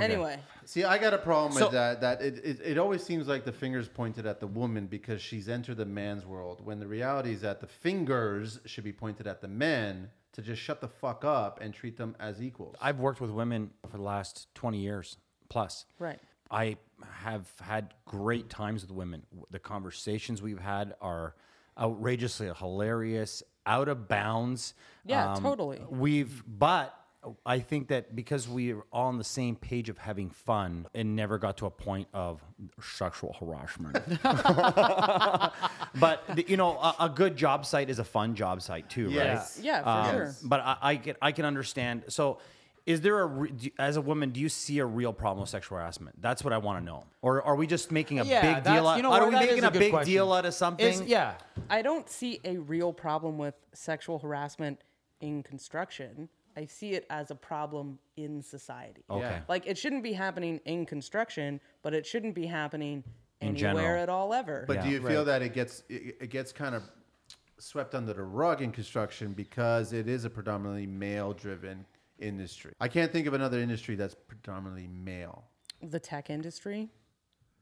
[SPEAKER 5] Anyway,
[SPEAKER 4] See, I got a problem
[SPEAKER 2] So-
[SPEAKER 4] with that. That it, it, it always seems like the fingers pointed at the woman because she's entered the man's world, when the reality is that the fingers should be pointed at the man to just shut the fuck up and treat them as equals.
[SPEAKER 2] I've worked with women for the last 20 years plus.
[SPEAKER 5] Right.
[SPEAKER 2] I have had great times with women. The conversations we've had are outrageously hilarious, out of bounds. Um,
[SPEAKER 5] Yeah, totally.
[SPEAKER 2] We've, but I think that because we are all on the same page of having fun, it never got to a point of sexual harassment. but the- you know, a, a good job site is a fun job site too,
[SPEAKER 4] Yes.
[SPEAKER 2] right?
[SPEAKER 5] Yeah, for
[SPEAKER 2] Um,
[SPEAKER 5] sure.
[SPEAKER 2] But I, I can I can understand. So, is there a re- do, as a woman, do you see a real problem with sexual harassment? That's what I want to know. Or are we just making a
[SPEAKER 1] Yeah,
[SPEAKER 2] big
[SPEAKER 1] that's-
[SPEAKER 2] deal out?
[SPEAKER 1] you know
[SPEAKER 2] are
[SPEAKER 1] what,
[SPEAKER 2] we
[SPEAKER 1] that is
[SPEAKER 2] making
[SPEAKER 1] a
[SPEAKER 2] a,
[SPEAKER 1] good
[SPEAKER 2] big
[SPEAKER 1] question.
[SPEAKER 2] deal out of something?
[SPEAKER 1] Is, yeah.
[SPEAKER 5] I don't see a real problem with sexual harassment in construction. I see it as a problem in society.
[SPEAKER 2] Okay.
[SPEAKER 4] Yeah.
[SPEAKER 5] Like it shouldn't be happening in construction, but it shouldn't be happening
[SPEAKER 2] In
[SPEAKER 5] anywhere
[SPEAKER 2] general.
[SPEAKER 5] at all ever.
[SPEAKER 4] But do you feel that it gets it, it gets kind of swept under the rug in construction because it is a predominantly male driven industry? I can't think of another industry that's predominantly male.
[SPEAKER 5] the tech industry,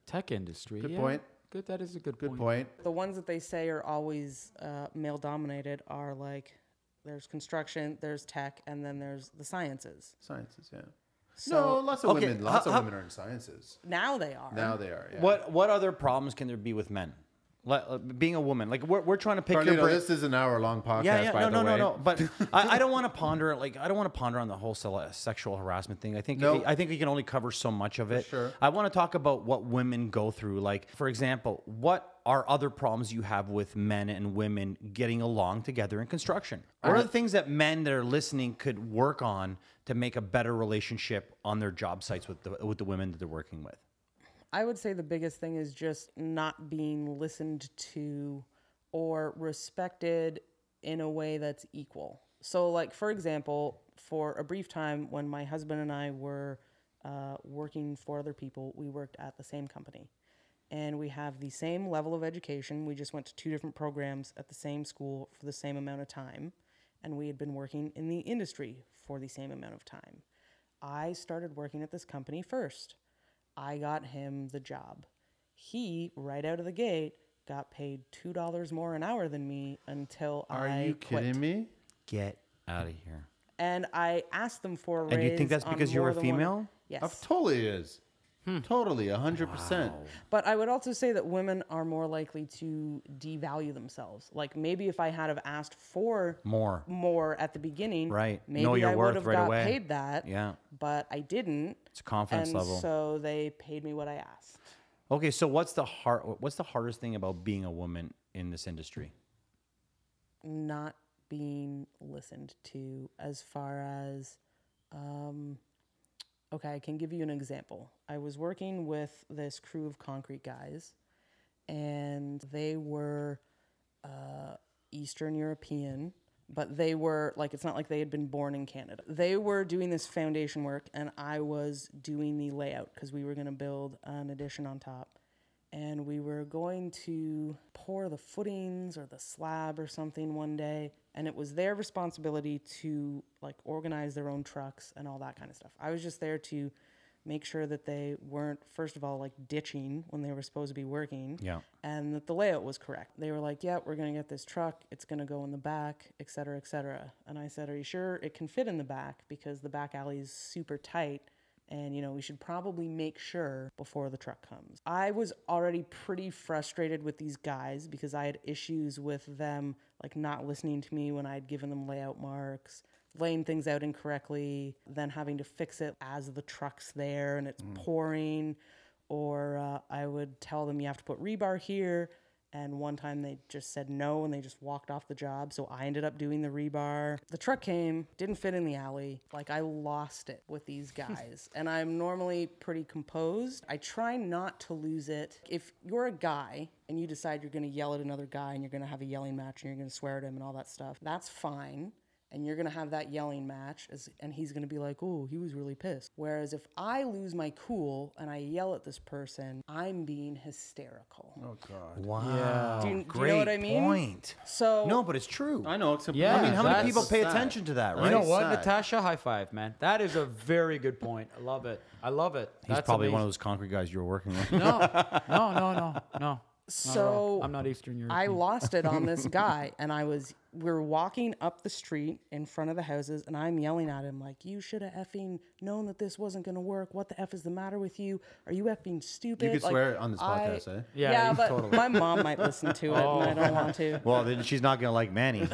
[SPEAKER 1] Tech industry.
[SPEAKER 4] Good
[SPEAKER 1] yeah.
[SPEAKER 4] point.
[SPEAKER 1] Good. That is a good,
[SPEAKER 4] Good
[SPEAKER 1] point.
[SPEAKER 4] point.
[SPEAKER 5] the ones that they say are always uh, male dominated are like there's construction, there's tech, and then there's the sciences.
[SPEAKER 4] Sciences, yeah.
[SPEAKER 5] So-
[SPEAKER 4] no, lots of
[SPEAKER 2] Okay,
[SPEAKER 4] women. Lots
[SPEAKER 2] how-
[SPEAKER 4] of women are in sciences.
[SPEAKER 5] Now they are.
[SPEAKER 4] Now they are. Yeah.
[SPEAKER 2] What what other problems can there be with men? Like, uh, being a woman, like we're, we're trying to pick your
[SPEAKER 4] Carlito,
[SPEAKER 2] brain.
[SPEAKER 4] this is an hour long podcast.
[SPEAKER 2] yeah, yeah,
[SPEAKER 4] by
[SPEAKER 2] no,
[SPEAKER 4] the
[SPEAKER 2] no,
[SPEAKER 4] way.
[SPEAKER 2] no, no. But I, I don't want to ponder it. Like I don't want to ponder on the whole se- sexual harassment thing. I think
[SPEAKER 4] No.
[SPEAKER 2] I think we can only cover so much of it.
[SPEAKER 4] sure.
[SPEAKER 2] I want to talk about what women go through. Like for example, what are other problems you have with men and women getting along together in construction? What are the things that men that are listening could work on to make a better relationship on their job sites with the with the women that they're working with?
[SPEAKER 5] I would say the biggest thing is just not being listened to or respected in a way that's equal. So, like, for example, for a brief time when my husband and I were uh, working for other people, we worked at the same company and we have the same level of education. We just went to two different programs at the same school for the same amount of time, and we had been working in the industry for the same amount of time. I started working at this company first. I got him the job. He, right out of the gate, got paid two dollars more an hour than me until
[SPEAKER 4] Are
[SPEAKER 5] I
[SPEAKER 4] you
[SPEAKER 5] quit.
[SPEAKER 4] kidding me?
[SPEAKER 2] Get out of here.
[SPEAKER 5] And I asked them for a raise.
[SPEAKER 2] And you think that's
[SPEAKER 5] on
[SPEAKER 2] because you were
[SPEAKER 5] more than one-
[SPEAKER 2] female?
[SPEAKER 5] Yes.
[SPEAKER 4] Of totally is. Totally, hundred percent.
[SPEAKER 5] But I would also say that women are more likely to devalue themselves. Like maybe if I had have asked for
[SPEAKER 2] More.
[SPEAKER 5] more at the beginning,
[SPEAKER 2] Right.
[SPEAKER 5] Maybe
[SPEAKER 2] Know your
[SPEAKER 5] I
[SPEAKER 2] worth
[SPEAKER 5] would have
[SPEAKER 2] right
[SPEAKER 5] got
[SPEAKER 2] away.
[SPEAKER 5] paid that.
[SPEAKER 2] Yeah.
[SPEAKER 5] But I didn't.
[SPEAKER 2] It's a confidence
[SPEAKER 5] and
[SPEAKER 2] level.
[SPEAKER 5] So they paid me what I asked.
[SPEAKER 2] Okay, so what's the hard what's the hardest thing about being a woman in this industry?
[SPEAKER 5] Not being listened to as far as um okay, I can give you an example. I was working with this crew of concrete guys and they were uh, Eastern European, but they were like, it's not like they had been born in Canada. They were doing this foundation work, and I was doing the layout because we were going to build an addition on top. And we were going to pour the footings or the slab or something one day. And it was their responsibility to like organize their own trucks and all that kind of stuff. I was just there to make sure that they weren't, first of all, like ditching when they were supposed to be working
[SPEAKER 2] Yeah.
[SPEAKER 5] and that the layout was correct. They were like, "Yeah, we're gonna get this truck. It's gonna go in the back, et cetera, et cetera." And I said, "Are you sure it can fit in the back? Because the back alley is super tight, and you know we should probably make sure before the truck comes." I was already pretty frustrated with these guys because I had issues with them like not listening to me when I had given them layout marks. Laying things out incorrectly, then having to fix it as the truck's there and it's pouring or uh, I would tell them you have to put rebar here. And one time they just said no and they just walked off the job. So I ended up doing the rebar. The truck came, didn't fit in the alley. Like I lost it with these guys. and I'm normally pretty composed. I try not to lose it. If you're a guy and you decide you're going to yell at another guy and you're going to have a yelling match and you're going to swear at him and all that stuff, that's fine and you're gonna have that yelling match, as, and he's gonna be like, "Oh, he was really pissed." Whereas if I lose my cool and I yell at this person, I'm being hysterical.
[SPEAKER 4] Oh.
[SPEAKER 2] Wow.
[SPEAKER 5] Do you- do you know what I mean? So
[SPEAKER 2] no, but it's true.
[SPEAKER 4] I know. Except
[SPEAKER 1] Yeah,
[SPEAKER 2] I mean, how many
[SPEAKER 1] that's-
[SPEAKER 2] people pay
[SPEAKER 4] sad.
[SPEAKER 2] attention to that, right?
[SPEAKER 1] You know what,
[SPEAKER 4] Side.
[SPEAKER 1] Natasha? High five, man. That is a very good point. I love it. I love it.
[SPEAKER 2] He's probably one of those concrete guys you were working with.
[SPEAKER 1] those. No, no, no, no, no.
[SPEAKER 5] So
[SPEAKER 1] I'm not Eastern European.
[SPEAKER 5] I lost it on this guy, and I was we are walking up the street in front of the houses, and I'm yelling at him like, "You should have effing known that this wasn't gonna work. What the f is the matter with you? Are you effing stupid?"
[SPEAKER 4] could
[SPEAKER 5] Like,
[SPEAKER 4] swear on this
[SPEAKER 5] I-
[SPEAKER 4] podcast, eh?
[SPEAKER 1] Yeah,
[SPEAKER 5] Yeah,
[SPEAKER 1] you
[SPEAKER 5] but my mom might listen to it, and I don't want to.
[SPEAKER 2] Well, then she's not gonna like Manny.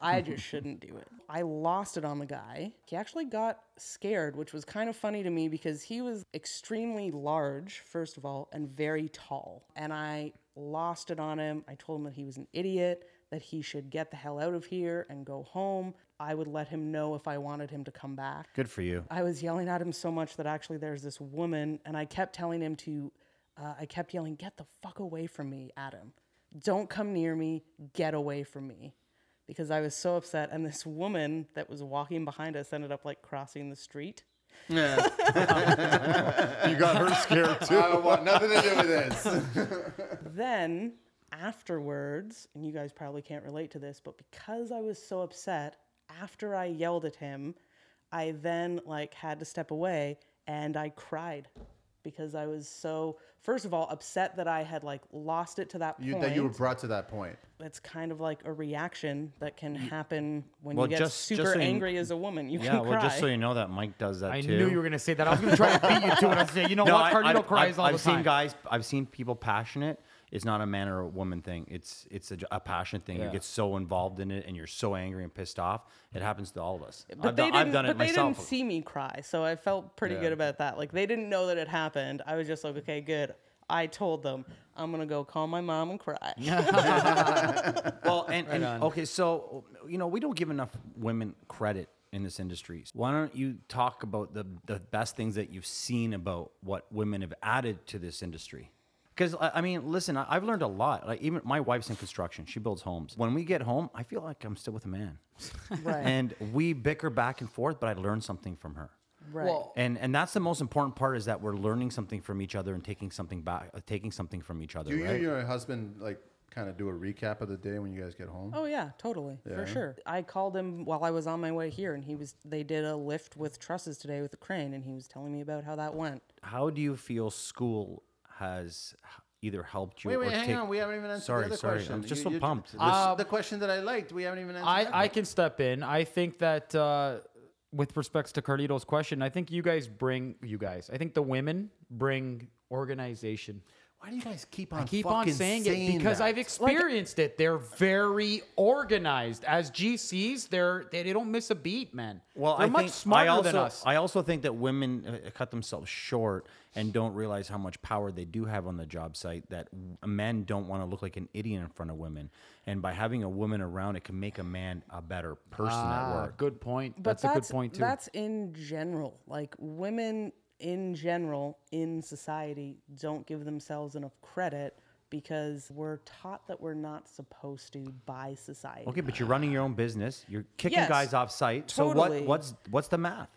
[SPEAKER 5] I just shouldn't do it. I lost it on the guy. He actually got scared, which was kind of funny to me because he was extremely large, first of all, and very tall. And I lost it on him. I told him that he was an idiot, that he should get the hell out of here and go home. I would let him know if I wanted him to come back.
[SPEAKER 2] Good for you.
[SPEAKER 5] I was yelling at him so much that actually there's this woman, and I kept telling him to, uh, I kept yelling, get the fuck away from me, Adam. Don't come near me. Get away from me. Because I was so upset. And this woman that was walking behind us ended up like crossing the street.
[SPEAKER 6] You got her scared too.
[SPEAKER 4] I want nothing to do with this.
[SPEAKER 5] Then afterwards, and you guys probably can't relate to this, but because I was so upset after I yelled at him, I then like had to step away and I cried because I was so first of all upset that I had like lost it to that point.
[SPEAKER 4] You, that you were brought to that point.
[SPEAKER 5] That's kind of like a reaction that can happen when
[SPEAKER 2] Well,
[SPEAKER 5] you get
[SPEAKER 2] just-
[SPEAKER 5] super
[SPEAKER 2] just so you-
[SPEAKER 5] angry as a woman. You
[SPEAKER 2] Yeah,
[SPEAKER 5] can
[SPEAKER 2] well,
[SPEAKER 5] cry.
[SPEAKER 2] just so you know that Mike does that
[SPEAKER 1] I
[SPEAKER 2] too.
[SPEAKER 1] knew you were gonna say that. I was gonna try to beat you to it. I said, you know what? Cardinal cries
[SPEAKER 2] I've,
[SPEAKER 1] all
[SPEAKER 2] I've
[SPEAKER 1] the
[SPEAKER 2] seen
[SPEAKER 1] time.
[SPEAKER 2] guys. I've seen people passionate. It's not a man or a woman thing. It's it's a, j- a passion thing.
[SPEAKER 6] Yeah.
[SPEAKER 2] You get so involved in it, and you're so angry and pissed off. It happens to all of us.
[SPEAKER 5] but
[SPEAKER 2] I've,
[SPEAKER 5] they
[SPEAKER 2] done,
[SPEAKER 5] didn't,
[SPEAKER 2] I've done it
[SPEAKER 5] but
[SPEAKER 2] myself.
[SPEAKER 5] they didn't see me cry, so I felt pretty good about that. Like they didn't know that it happened. I was just like, okay, good. I told them I'm gonna go call my mom and cry.
[SPEAKER 2] well, and, and okay, so you know we don't give enough women credit in this industry. Why don't you talk about the the best things that you've seen about what women have added to this industry? Because I I mean, listen, I- I've learned a lot. Like even my wife's in construction; she builds homes. When we get home, I feel like I'm still with a man,
[SPEAKER 5] Right.
[SPEAKER 2] and we bicker back and forth. But I learned something from her.
[SPEAKER 5] right.
[SPEAKER 1] Well,
[SPEAKER 2] And, and that's the most important part is that we're learning something from each other and taking something back, uh, taking something from each other,
[SPEAKER 4] Do you
[SPEAKER 2] right?
[SPEAKER 4] and your husband like kind of do a recap of the day when you guys get home?
[SPEAKER 5] oh yeah, totally, for sure. I called him while I was on my way here, and he was. They did a lift with trusses today with a crane, and he was telling me about how that went.
[SPEAKER 2] how do you feel school has h- either helped you
[SPEAKER 4] Wait,
[SPEAKER 2] or
[SPEAKER 4] wait, hang
[SPEAKER 2] take-
[SPEAKER 4] on. We haven't even answered
[SPEAKER 2] sorry,
[SPEAKER 4] the other
[SPEAKER 2] sorry.
[SPEAKER 4] question.
[SPEAKER 2] I'm just
[SPEAKER 4] You-
[SPEAKER 2] so
[SPEAKER 4] you-
[SPEAKER 2] pumped.
[SPEAKER 4] the- the question that Uh, I liked, we haven't even answered. that
[SPEAKER 1] I, I
[SPEAKER 4] one.
[SPEAKER 1] can step in. I think that uh, with respects to Carlito's question, I think you guys bring you guys. I think the women bring organization.
[SPEAKER 4] Why do you guys keep on
[SPEAKER 1] Keep on
[SPEAKER 4] fucking
[SPEAKER 1] saying, it because
[SPEAKER 4] that?
[SPEAKER 1] I've experienced it. They're very organized as GCs. They're they, they don't miss a beat, man.
[SPEAKER 2] well,
[SPEAKER 1] they're
[SPEAKER 2] I
[SPEAKER 1] much
[SPEAKER 2] think
[SPEAKER 1] smarter
[SPEAKER 2] I also,
[SPEAKER 1] than us.
[SPEAKER 2] I also think that women uh, cut themselves short and don't realize how much power they do have on the job site. That w- men don't want to look like an idiot in front of women, and by having a woman around, it can make a man a better person at
[SPEAKER 1] Ah,
[SPEAKER 2] work.
[SPEAKER 1] good point.
[SPEAKER 5] But
[SPEAKER 1] that's, a good point too.
[SPEAKER 5] That's in general. Like women in general in society don't give themselves enough credit because we're taught that we're not supposed to by society.
[SPEAKER 2] Okay, but you're running your own business. You're kicking
[SPEAKER 5] Yes,
[SPEAKER 2] guys off site. So
[SPEAKER 5] totally.
[SPEAKER 2] what? What's what's the math?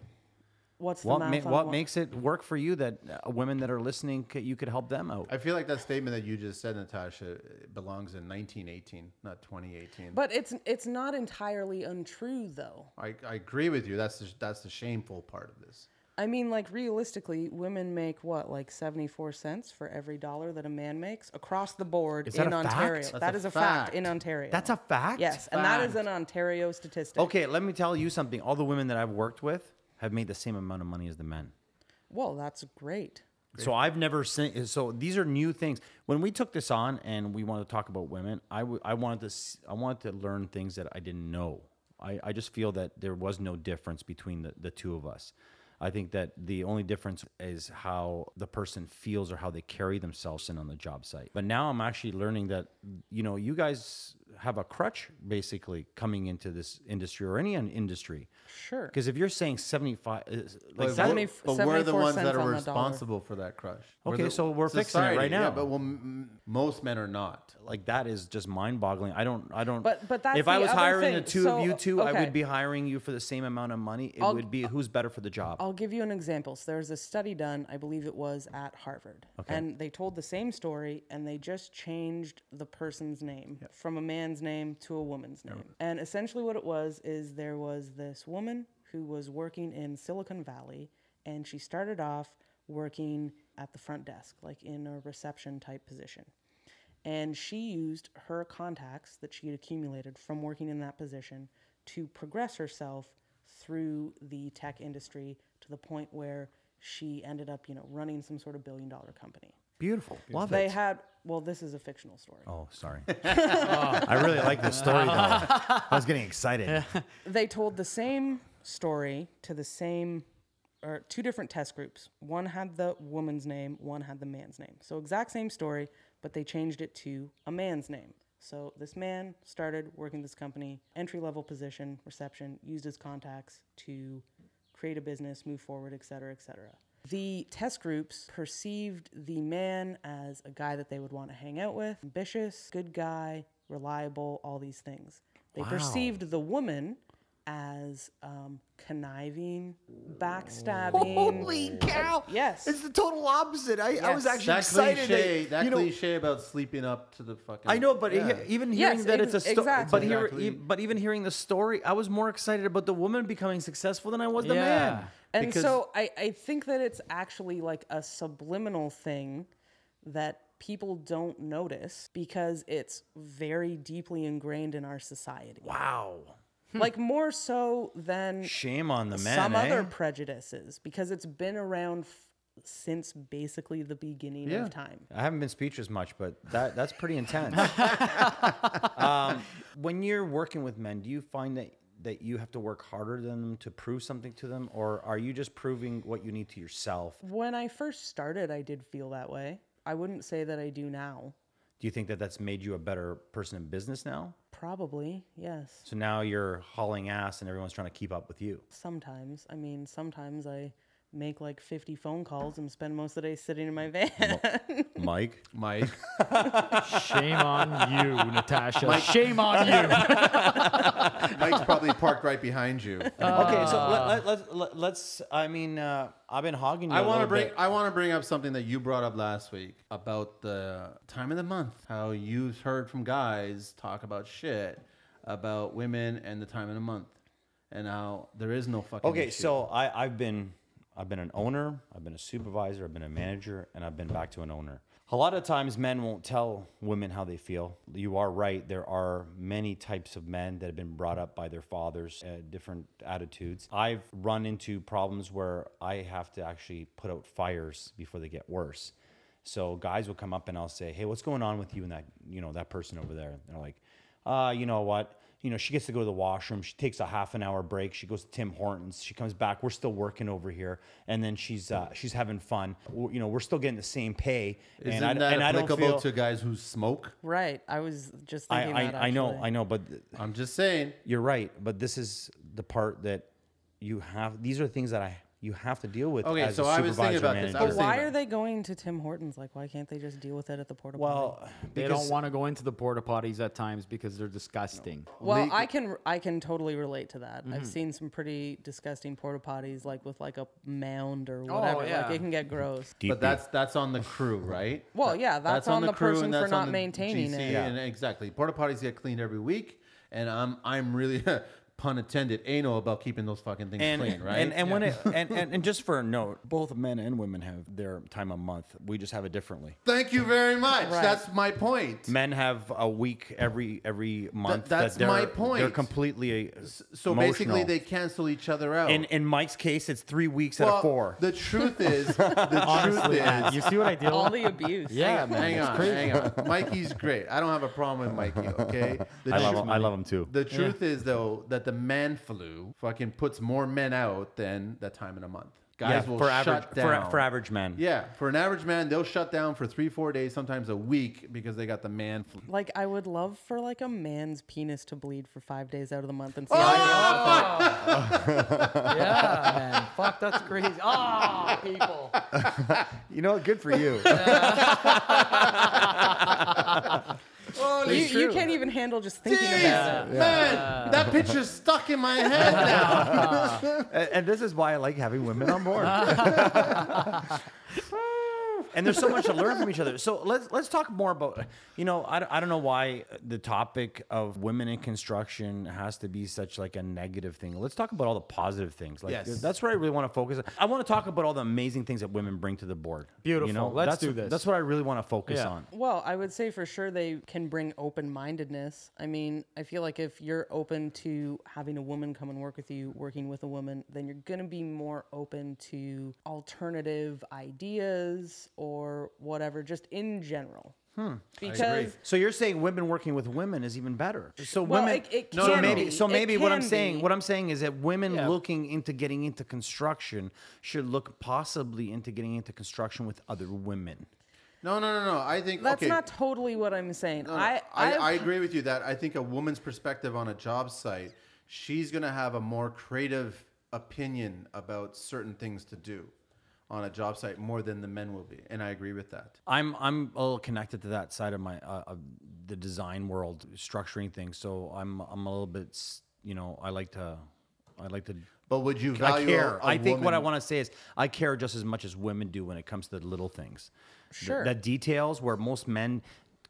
[SPEAKER 5] What's the
[SPEAKER 2] What
[SPEAKER 5] math
[SPEAKER 2] ma-
[SPEAKER 5] on
[SPEAKER 2] what makes it work for you that uh, women that are listening, c- you could help them out?
[SPEAKER 4] I feel like that statement that you just said, Natasha, it belongs in 1918, not 2018.
[SPEAKER 5] But it's it's not entirely untrue though.
[SPEAKER 4] I, I agree with you. That's the, that's the shameful part of this.
[SPEAKER 5] I mean, like realistically, women make what, like seventy-four cents for every dollar that a man makes across the board
[SPEAKER 2] that
[SPEAKER 5] in
[SPEAKER 2] a fact?
[SPEAKER 5] Ontario.
[SPEAKER 2] That's
[SPEAKER 5] That
[SPEAKER 4] a
[SPEAKER 5] is a fact.
[SPEAKER 4] fact.
[SPEAKER 5] in Ontario.
[SPEAKER 2] That's a fact.
[SPEAKER 5] yes, and that is an Ontario statistic.
[SPEAKER 2] Okay, let me tell you something. All the women that I've worked with have made the same amount of money as the men.
[SPEAKER 5] Well, that's great.
[SPEAKER 2] So I've never seen. eh, So these are new things. When we took this on and we wanted to talk about women, I, w- I wanted to s- I wanted to learn things that I didn't know. I, I just feel that there was no difference between the, the two of us. I think that the only difference is how the person feels or how they carry themselves in on the job site. But now I'm actually learning that you know you guys have a crutch basically coming into this industry or any industry.
[SPEAKER 5] Sure.
[SPEAKER 2] Because if you're saying 75, uh, like
[SPEAKER 4] But,
[SPEAKER 5] seventy-
[SPEAKER 4] we're, but we're the
[SPEAKER 5] 74
[SPEAKER 4] ones that are
[SPEAKER 5] cents on the dollar.
[SPEAKER 4] responsible for that crush.
[SPEAKER 2] Okay,
[SPEAKER 4] the-
[SPEAKER 2] so we're fixing it right
[SPEAKER 4] Yeah,
[SPEAKER 2] now.
[SPEAKER 4] but well, m- most men are not.
[SPEAKER 2] like that is just mind boggling. I don't, I don't.
[SPEAKER 5] But- but that's
[SPEAKER 2] if I
[SPEAKER 5] the
[SPEAKER 2] was
[SPEAKER 5] other
[SPEAKER 2] hiring
[SPEAKER 5] thing.
[SPEAKER 2] the two
[SPEAKER 5] So,
[SPEAKER 2] of you two, I
[SPEAKER 5] okay.
[SPEAKER 2] would be hiring you for the same amount of money. It
[SPEAKER 5] I'll-
[SPEAKER 2] would be who's better for the job.
[SPEAKER 5] I'll give you an example. So there's a study done, I believe it was at Harvard. And they told the same story and they just changed the person's name from a man's name to a woman's name. And essentially what it was is there was this woman who was working in Silicon Valley and she started off working at the front desk, like in a reception type position. And she used her contacts that she had accumulated from working in that position to progress herself through the tech industry to the point where she ended up, you know, running some sort of billion dollar company.
[SPEAKER 2] Beautiful. Love
[SPEAKER 5] They
[SPEAKER 2] it.
[SPEAKER 5] had, well, this is a fictional story.
[SPEAKER 2] oh, sorry.
[SPEAKER 3] I really like this story though. I was getting excited.
[SPEAKER 5] they told the same story to the same or two different test groups. One had the woman's name, one had the man's name. So exact same story, but they changed it to a man's name. So this man started working this company, entry level position, reception, used his contacts to create a business, move forward, et cetera, et cetera. The test groups perceived the man as a guy that they would want to hang out with, ambitious, good guy, reliable, all these things. They perceived the woman as um, conniving, backstabbing.
[SPEAKER 3] Holy cow!
[SPEAKER 5] Yes.
[SPEAKER 3] it's the total opposite. I, I was
[SPEAKER 5] Yes.
[SPEAKER 3] actually
[SPEAKER 4] That
[SPEAKER 3] excited.
[SPEAKER 4] cliche, that
[SPEAKER 3] you know,
[SPEAKER 4] cliche about sleeping up to the fucking.
[SPEAKER 2] I know, but
[SPEAKER 4] Yeah.
[SPEAKER 2] he- even
[SPEAKER 5] Yes,
[SPEAKER 2] hearing that it's a
[SPEAKER 5] ex-
[SPEAKER 2] story,
[SPEAKER 5] exactly.
[SPEAKER 2] but, hear-
[SPEAKER 4] Exactly.
[SPEAKER 2] e- but even hearing the story, I was more excited about the woman becoming successful than I was the
[SPEAKER 1] Yeah.
[SPEAKER 2] man.
[SPEAKER 5] And
[SPEAKER 4] Because-
[SPEAKER 5] so I, I think that it's actually like a subliminal thing that people don't notice because it's very deeply ingrained in our society.
[SPEAKER 2] Wow.
[SPEAKER 5] Like more so than
[SPEAKER 2] Shame on the man.
[SPEAKER 5] some
[SPEAKER 2] eh?
[SPEAKER 5] other prejudices because it's been around f- since basically the beginning
[SPEAKER 4] Yeah.
[SPEAKER 5] of time.
[SPEAKER 2] I haven't been speechless much, but that that's pretty intense. um, when you're working with men, do you find that that you have to work harder than them to prove something to them, or are you just proving what you need to yourself?
[SPEAKER 5] When I first started, I did feel that way. I wouldn't say that I do now.
[SPEAKER 2] Do you think that that's made you a better person in business now?
[SPEAKER 5] Probably, yes.
[SPEAKER 2] So now you're hauling ass, and everyone's trying to keep up with you.
[SPEAKER 5] Sometimes. I mean, sometimes I make like 50 phone calls and spend most of the day sitting in my van.
[SPEAKER 2] Mike,
[SPEAKER 4] Mike.
[SPEAKER 1] Shame on you, Natasha. Shame on you.
[SPEAKER 4] Mike's probably parked right behind you.
[SPEAKER 2] okay, so let, let, let, let's. I mean, uh, I've been hogging you.
[SPEAKER 4] I
[SPEAKER 2] want to
[SPEAKER 4] bring
[SPEAKER 2] Bit.
[SPEAKER 4] I want to bring up something that you brought up last week about the time of the month. How you've heard from guys talk about shit about women and the time of the month, and how there is no fucking.
[SPEAKER 2] Okay,
[SPEAKER 4] issue.
[SPEAKER 2] so I, I've been I've been an owner, I've been a supervisor, I've been a manager, and I've been back to an owner. A lot of times men won't tell women how they feel. You are right. There are many types of men that have been brought up by their fathers, uh, different attitudes. I've run into problems where I have to actually put out fires before they get worse. So guys will come up and I'll say, "Hey, what's going on with you and that you know that person over there?" And they're like, "Uh, you know what? You know she gets to go to the washroom. She takes a half an hour break. She goes to Tim Hortons. She comes back. We're still working over here, and then she's uh, she's having fun. We're- you know we're still getting the same pay.
[SPEAKER 4] isn't
[SPEAKER 2] and I,
[SPEAKER 4] that
[SPEAKER 2] and I don't
[SPEAKER 4] applicable
[SPEAKER 2] feel.
[SPEAKER 4] to guys who smoke?
[SPEAKER 5] right. I was just
[SPEAKER 2] I,
[SPEAKER 5] thinking that
[SPEAKER 2] I, I know
[SPEAKER 5] actually.
[SPEAKER 2] I know, but th-
[SPEAKER 4] I'm just saying.
[SPEAKER 2] you're right. But this is the part that you have. These are things that I you have to deal with.
[SPEAKER 4] Okay,
[SPEAKER 2] as
[SPEAKER 4] so
[SPEAKER 2] a
[SPEAKER 4] I was thinking about
[SPEAKER 2] supervisor,
[SPEAKER 4] this. I
[SPEAKER 2] manager.
[SPEAKER 4] was
[SPEAKER 5] Why
[SPEAKER 4] Same.
[SPEAKER 5] are they going to Tim Hortons? Like, why can't they just deal with it at the porta potty?
[SPEAKER 2] well,
[SPEAKER 1] They
[SPEAKER 2] because-
[SPEAKER 1] don't want to go into the porta potties at times because they're disgusting.
[SPEAKER 5] well, I can I can totally relate to that. I've seen some pretty disgusting porta potties, like with like a mound or whatever.
[SPEAKER 1] yeah.
[SPEAKER 5] Like it can get gross.
[SPEAKER 2] Deep,
[SPEAKER 4] But
[SPEAKER 2] deep.
[SPEAKER 4] that's that's on the crew, right?
[SPEAKER 5] Well, yeah, that's on the person
[SPEAKER 4] and
[SPEAKER 5] for
[SPEAKER 4] that's
[SPEAKER 5] not
[SPEAKER 4] on the
[SPEAKER 5] maintaining it.
[SPEAKER 4] And exactly. Porta potties get cleaned every week, and I'm I'm really pun intended anal about keeping those fucking things
[SPEAKER 2] and,
[SPEAKER 4] clean, right?
[SPEAKER 2] And, and when it and, and, and just for a note, both men and women have their time a month. We just have it differently.
[SPEAKER 4] Thank you very much.
[SPEAKER 5] Right.
[SPEAKER 4] That's my point.
[SPEAKER 2] Men have a week every every month.
[SPEAKER 4] that's
[SPEAKER 2] that they're,
[SPEAKER 4] my point.
[SPEAKER 2] They're completely
[SPEAKER 4] So basically, they cancel each other out.
[SPEAKER 2] in in Mike's case, it's three weeks out
[SPEAKER 4] well,
[SPEAKER 2] of four.
[SPEAKER 4] the truth is, the truth
[SPEAKER 1] Honestly, man,
[SPEAKER 4] is.
[SPEAKER 1] you see what I deal
[SPEAKER 5] All
[SPEAKER 1] with?
[SPEAKER 5] the abuse.
[SPEAKER 1] Yeah, man.
[SPEAKER 4] Hang
[SPEAKER 1] it's
[SPEAKER 4] on,
[SPEAKER 1] crazy.
[SPEAKER 4] hang on. Mikey's great. I don't have a problem with Mikey. Okay. The
[SPEAKER 2] I love
[SPEAKER 4] tru-
[SPEAKER 2] him. I love him too.
[SPEAKER 4] The truth is though that the man flu fucking puts more men out than that time in a month. Guys will
[SPEAKER 2] for
[SPEAKER 4] shut
[SPEAKER 2] average
[SPEAKER 4] down.
[SPEAKER 2] For, for average men.
[SPEAKER 4] Yeah, for an average man, they'll shut down for three, four days, sometimes a week, because they got the man flu.
[SPEAKER 5] Like I would love for like a man's penis to bleed for five days out of the month and see how I deal with
[SPEAKER 1] Yeah, man. Fuck, that's crazy. Ah, people.
[SPEAKER 3] You know, good for you.
[SPEAKER 5] it. You, you can't even handle just thinking about it.
[SPEAKER 4] Man, that picture's stuck in my head now.
[SPEAKER 3] and, and this is why I like having women on board.
[SPEAKER 2] and there's so much to learn from each other. So let's let's talk more about you know I, don't- I don't know why the topic of women in construction has to be such like a negative thing. Let's talk about all the positive things. Like
[SPEAKER 4] Yes.
[SPEAKER 2] that's where I really want to focus. I want to talk about all the amazing things that women bring to the board.
[SPEAKER 1] Beautiful. Let's
[SPEAKER 2] that's,
[SPEAKER 1] do this.
[SPEAKER 2] That's what I really want to focus
[SPEAKER 1] Yeah.
[SPEAKER 2] on.
[SPEAKER 5] Well, I would say for sure they can bring open mindedness. I mean, I feel like if you're open to having a woman come and work with you, working with a woman, then you're going to be more open to alternative ideas or whatever, just in general. Hmm. Because
[SPEAKER 2] So you're saying women working with women is even better. So
[SPEAKER 5] Well,
[SPEAKER 2] women.
[SPEAKER 5] it- it
[SPEAKER 2] so
[SPEAKER 5] can
[SPEAKER 2] maybe.
[SPEAKER 5] be.
[SPEAKER 2] So
[SPEAKER 5] It
[SPEAKER 2] maybe what I'm
[SPEAKER 5] can
[SPEAKER 2] saying.
[SPEAKER 5] be.
[SPEAKER 2] What I'm saying is that women
[SPEAKER 1] Yeah.
[SPEAKER 2] looking into getting into construction should look possibly into getting into construction with other women.
[SPEAKER 4] No, no, no, no. I think
[SPEAKER 5] that's
[SPEAKER 4] okay.
[SPEAKER 5] not totally what I'm saying.
[SPEAKER 4] No, no,
[SPEAKER 5] I,
[SPEAKER 4] I, I
[SPEAKER 5] I've-
[SPEAKER 4] agree with you that I think a woman's perspective on a job site, she's going to have a more creative opinion about certain things to do on a job site more than the men will be. And I agree with that.
[SPEAKER 2] I'm I'm a little connected to that side of my uh, of the design world, structuring things. So I'm I'm a little bit s- you know I like to I like to.
[SPEAKER 4] But would you
[SPEAKER 2] I
[SPEAKER 4] value
[SPEAKER 2] care.
[SPEAKER 4] a
[SPEAKER 2] I think what I
[SPEAKER 4] woman-
[SPEAKER 2] want to say is I care just as much as women do when it comes to the little things. The-
[SPEAKER 5] Sure.
[SPEAKER 2] The, details where most men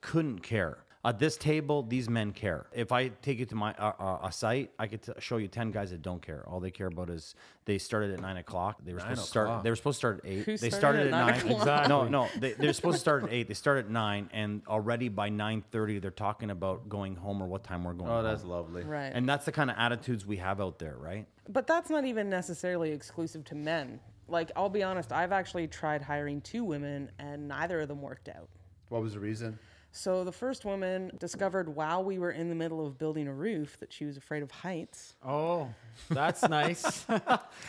[SPEAKER 2] couldn't care. At this table, these men care. If I take you to my uh, uh, a site, I could t- show you ten guys that don't care. All they care about is they started at nine o'clock. They were supposed to start. They were supposed to start at eight.
[SPEAKER 5] Who
[SPEAKER 2] they started,
[SPEAKER 5] started
[SPEAKER 2] at
[SPEAKER 5] at
[SPEAKER 2] nine.
[SPEAKER 5] 9 o'clock?
[SPEAKER 1] Exactly.
[SPEAKER 2] No, no. They, they're supposed to start at eight. They start at nine, and already by nine thirty, they're talking about going home or what time we're going.
[SPEAKER 4] Oh,
[SPEAKER 2] home.
[SPEAKER 4] that's lovely.
[SPEAKER 5] Right.
[SPEAKER 2] And that's the kind of attitudes we have out there, right?
[SPEAKER 5] But that's not even necessarily exclusive to men. Like, I'll be honest, I've actually tried hiring two women and neither of them worked out.
[SPEAKER 4] What was the reason?
[SPEAKER 5] So the first woman discovered while we were in the middle of building a roof that she was afraid of heights.
[SPEAKER 1] Oh, that's nice.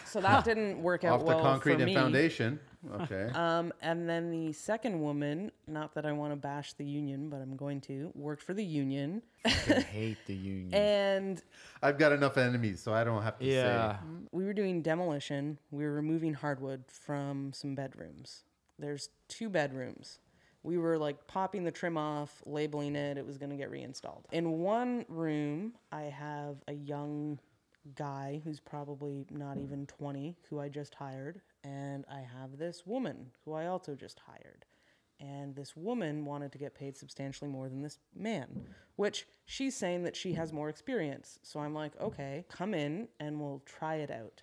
[SPEAKER 5] So that didn't work out
[SPEAKER 4] Off
[SPEAKER 5] well
[SPEAKER 4] the concrete
[SPEAKER 5] for
[SPEAKER 4] and
[SPEAKER 5] me.
[SPEAKER 4] foundation. Okay.
[SPEAKER 5] Um, and then the second woman, not that I want to bash the union, but I'm going to, worked for the union.
[SPEAKER 2] hate the union.
[SPEAKER 5] And
[SPEAKER 4] I've got enough enemies, so I don't have to
[SPEAKER 1] yeah.
[SPEAKER 4] say.
[SPEAKER 5] we were doing demolition. We were removing hardwood from some bedrooms. There's two bedrooms. We were like popping the trim off, labeling it. It was going to get reinstalled. In one room, I have a young guy who's probably not even 20 who I just hired. And I have this woman who I also just hired. And this woman wanted to get paid substantially more than this man, which she's saying that she has more experience. So I'm like, okay, come in and we'll try it out.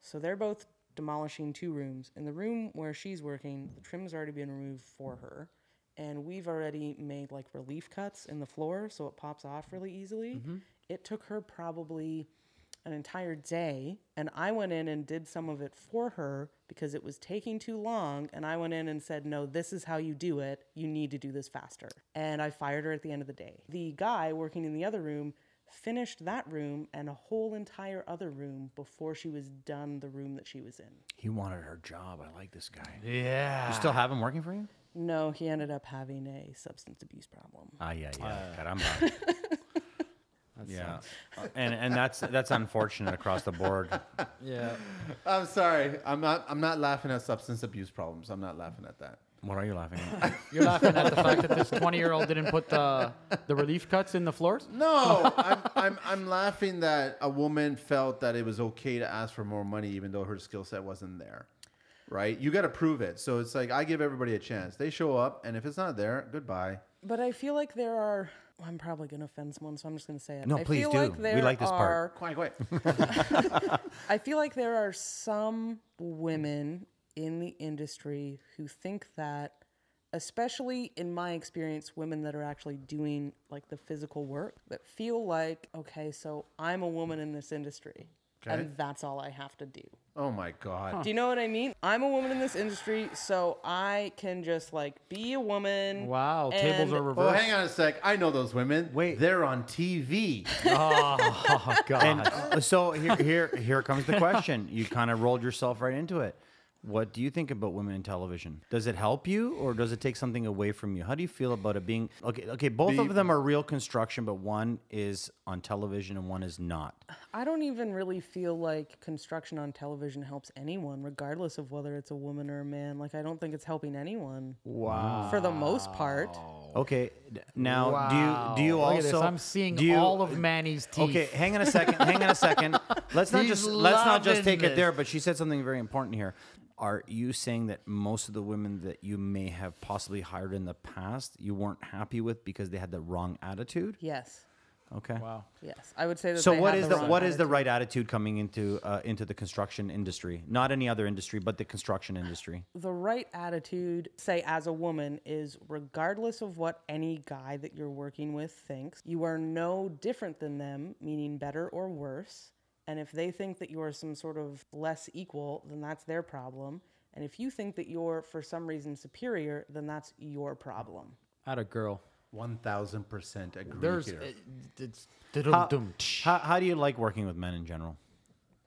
[SPEAKER 5] So they're both demolishing two rooms. In the room where she's working, the trim's already been removed for her. And we've already made like relief cuts in the floor so it pops off really easily. It took her probably an entire day. And I went in and did some of it for her because it was taking too long. And I went in and said, No, this is how you do it. You need to do this faster. And I fired her at the end of the day. The guy working in the other room finished that room and a whole entire other room before she was done the room that she was in.
[SPEAKER 2] He wanted her job. I like this guy.
[SPEAKER 1] Yeah.
[SPEAKER 2] You still have him working for you?
[SPEAKER 5] No, he ended up having a substance abuse problem.
[SPEAKER 2] Ah, yeah, yeah. Caramba. yeah, Uh, and and that's that's unfortunate across the board.
[SPEAKER 1] Yeah.
[SPEAKER 4] I'm sorry. I'm not I'm not laughing at substance abuse problems. I'm not laughing at that.
[SPEAKER 2] What are you laughing at?
[SPEAKER 1] You're laughing at the fact that this 20 year old didn't put the, the relief cuts in the floors?
[SPEAKER 4] No, I'm, I'm, I'm laughing that a woman felt that it was okay to ask for more money even though her skill set wasn't there. Right? You got to prove it. So it's like I give everybody a chance. They show up, and if it's not there, goodbye.
[SPEAKER 5] But I feel like there are. I'm probably going to offend someone, so I'm just going to say it.
[SPEAKER 2] No,
[SPEAKER 5] I
[SPEAKER 2] please
[SPEAKER 5] feel
[SPEAKER 2] do.
[SPEAKER 5] Like
[SPEAKER 2] We
[SPEAKER 5] there
[SPEAKER 2] like this part.
[SPEAKER 5] are,
[SPEAKER 4] Quiet, quiet.
[SPEAKER 5] I feel like there are some women in the industry who think that, especially in my experience, women that are actually doing like the physical work that feel like, okay, so I'm a woman in this industry,
[SPEAKER 4] Okay.
[SPEAKER 5] and that's all I have to do.
[SPEAKER 4] Oh my god.
[SPEAKER 5] Do you know what I mean? I'm a woman in this industry, so I can just like be a woman.
[SPEAKER 1] Wow. tables
[SPEAKER 5] and-
[SPEAKER 1] are
[SPEAKER 4] Oh,
[SPEAKER 1] reversed.
[SPEAKER 4] hang on a sec. I know those women.
[SPEAKER 2] Wait.
[SPEAKER 4] they're on TV.
[SPEAKER 2] oh God! And so here here here comes the question. You kind of rolled yourself right into it. What do you think about women in television? Does it help you, or does it take something away from you? How do you feel about it being okay? Okay, both of them are real construction, but one is on television and one is not.
[SPEAKER 5] I don't even really feel like construction on television helps anyone, regardless of whether it's a woman or a man. Like, I don't think it's helping anyone. Wow. For the most part.
[SPEAKER 2] Okay. d- Now,
[SPEAKER 1] Wow.
[SPEAKER 2] do you do you
[SPEAKER 1] Look at
[SPEAKER 2] also?
[SPEAKER 1] this. I'm seeing
[SPEAKER 2] do you-
[SPEAKER 1] all of Manny's teeth.
[SPEAKER 2] Okay, hang on a second. Hang on a second. Let's not
[SPEAKER 1] He's
[SPEAKER 2] just let's not just
[SPEAKER 1] loving
[SPEAKER 2] take it
[SPEAKER 1] this.
[SPEAKER 2] there. But she said something very important here. Are you saying that most of the women that you may have possibly hired in the past you weren't happy with because they had the wrong attitude?
[SPEAKER 5] Yes.
[SPEAKER 2] Okay.
[SPEAKER 1] Wow.
[SPEAKER 5] Yes. I would say that.
[SPEAKER 2] So
[SPEAKER 5] they
[SPEAKER 2] what
[SPEAKER 5] have
[SPEAKER 2] is the,
[SPEAKER 5] wrong
[SPEAKER 2] what is the
[SPEAKER 5] attitude.
[SPEAKER 2] right attitude coming into uh, into the construction industry? Not any other industry, but the construction industry.
[SPEAKER 5] the right attitude, say as a woman, is regardless of what any guy that you're working with thinks, you are no different than them, meaning better or worse. And if they think that you are some sort of less equal, then that's their problem. And if you think that you're for some reason superior, then that's your problem.
[SPEAKER 1] At a girl.
[SPEAKER 4] One thousand percent agree
[SPEAKER 1] There's.
[SPEAKER 4] here.
[SPEAKER 1] It, it's. diddle-dum, tsh.
[SPEAKER 2] How, how do you like working with men in general?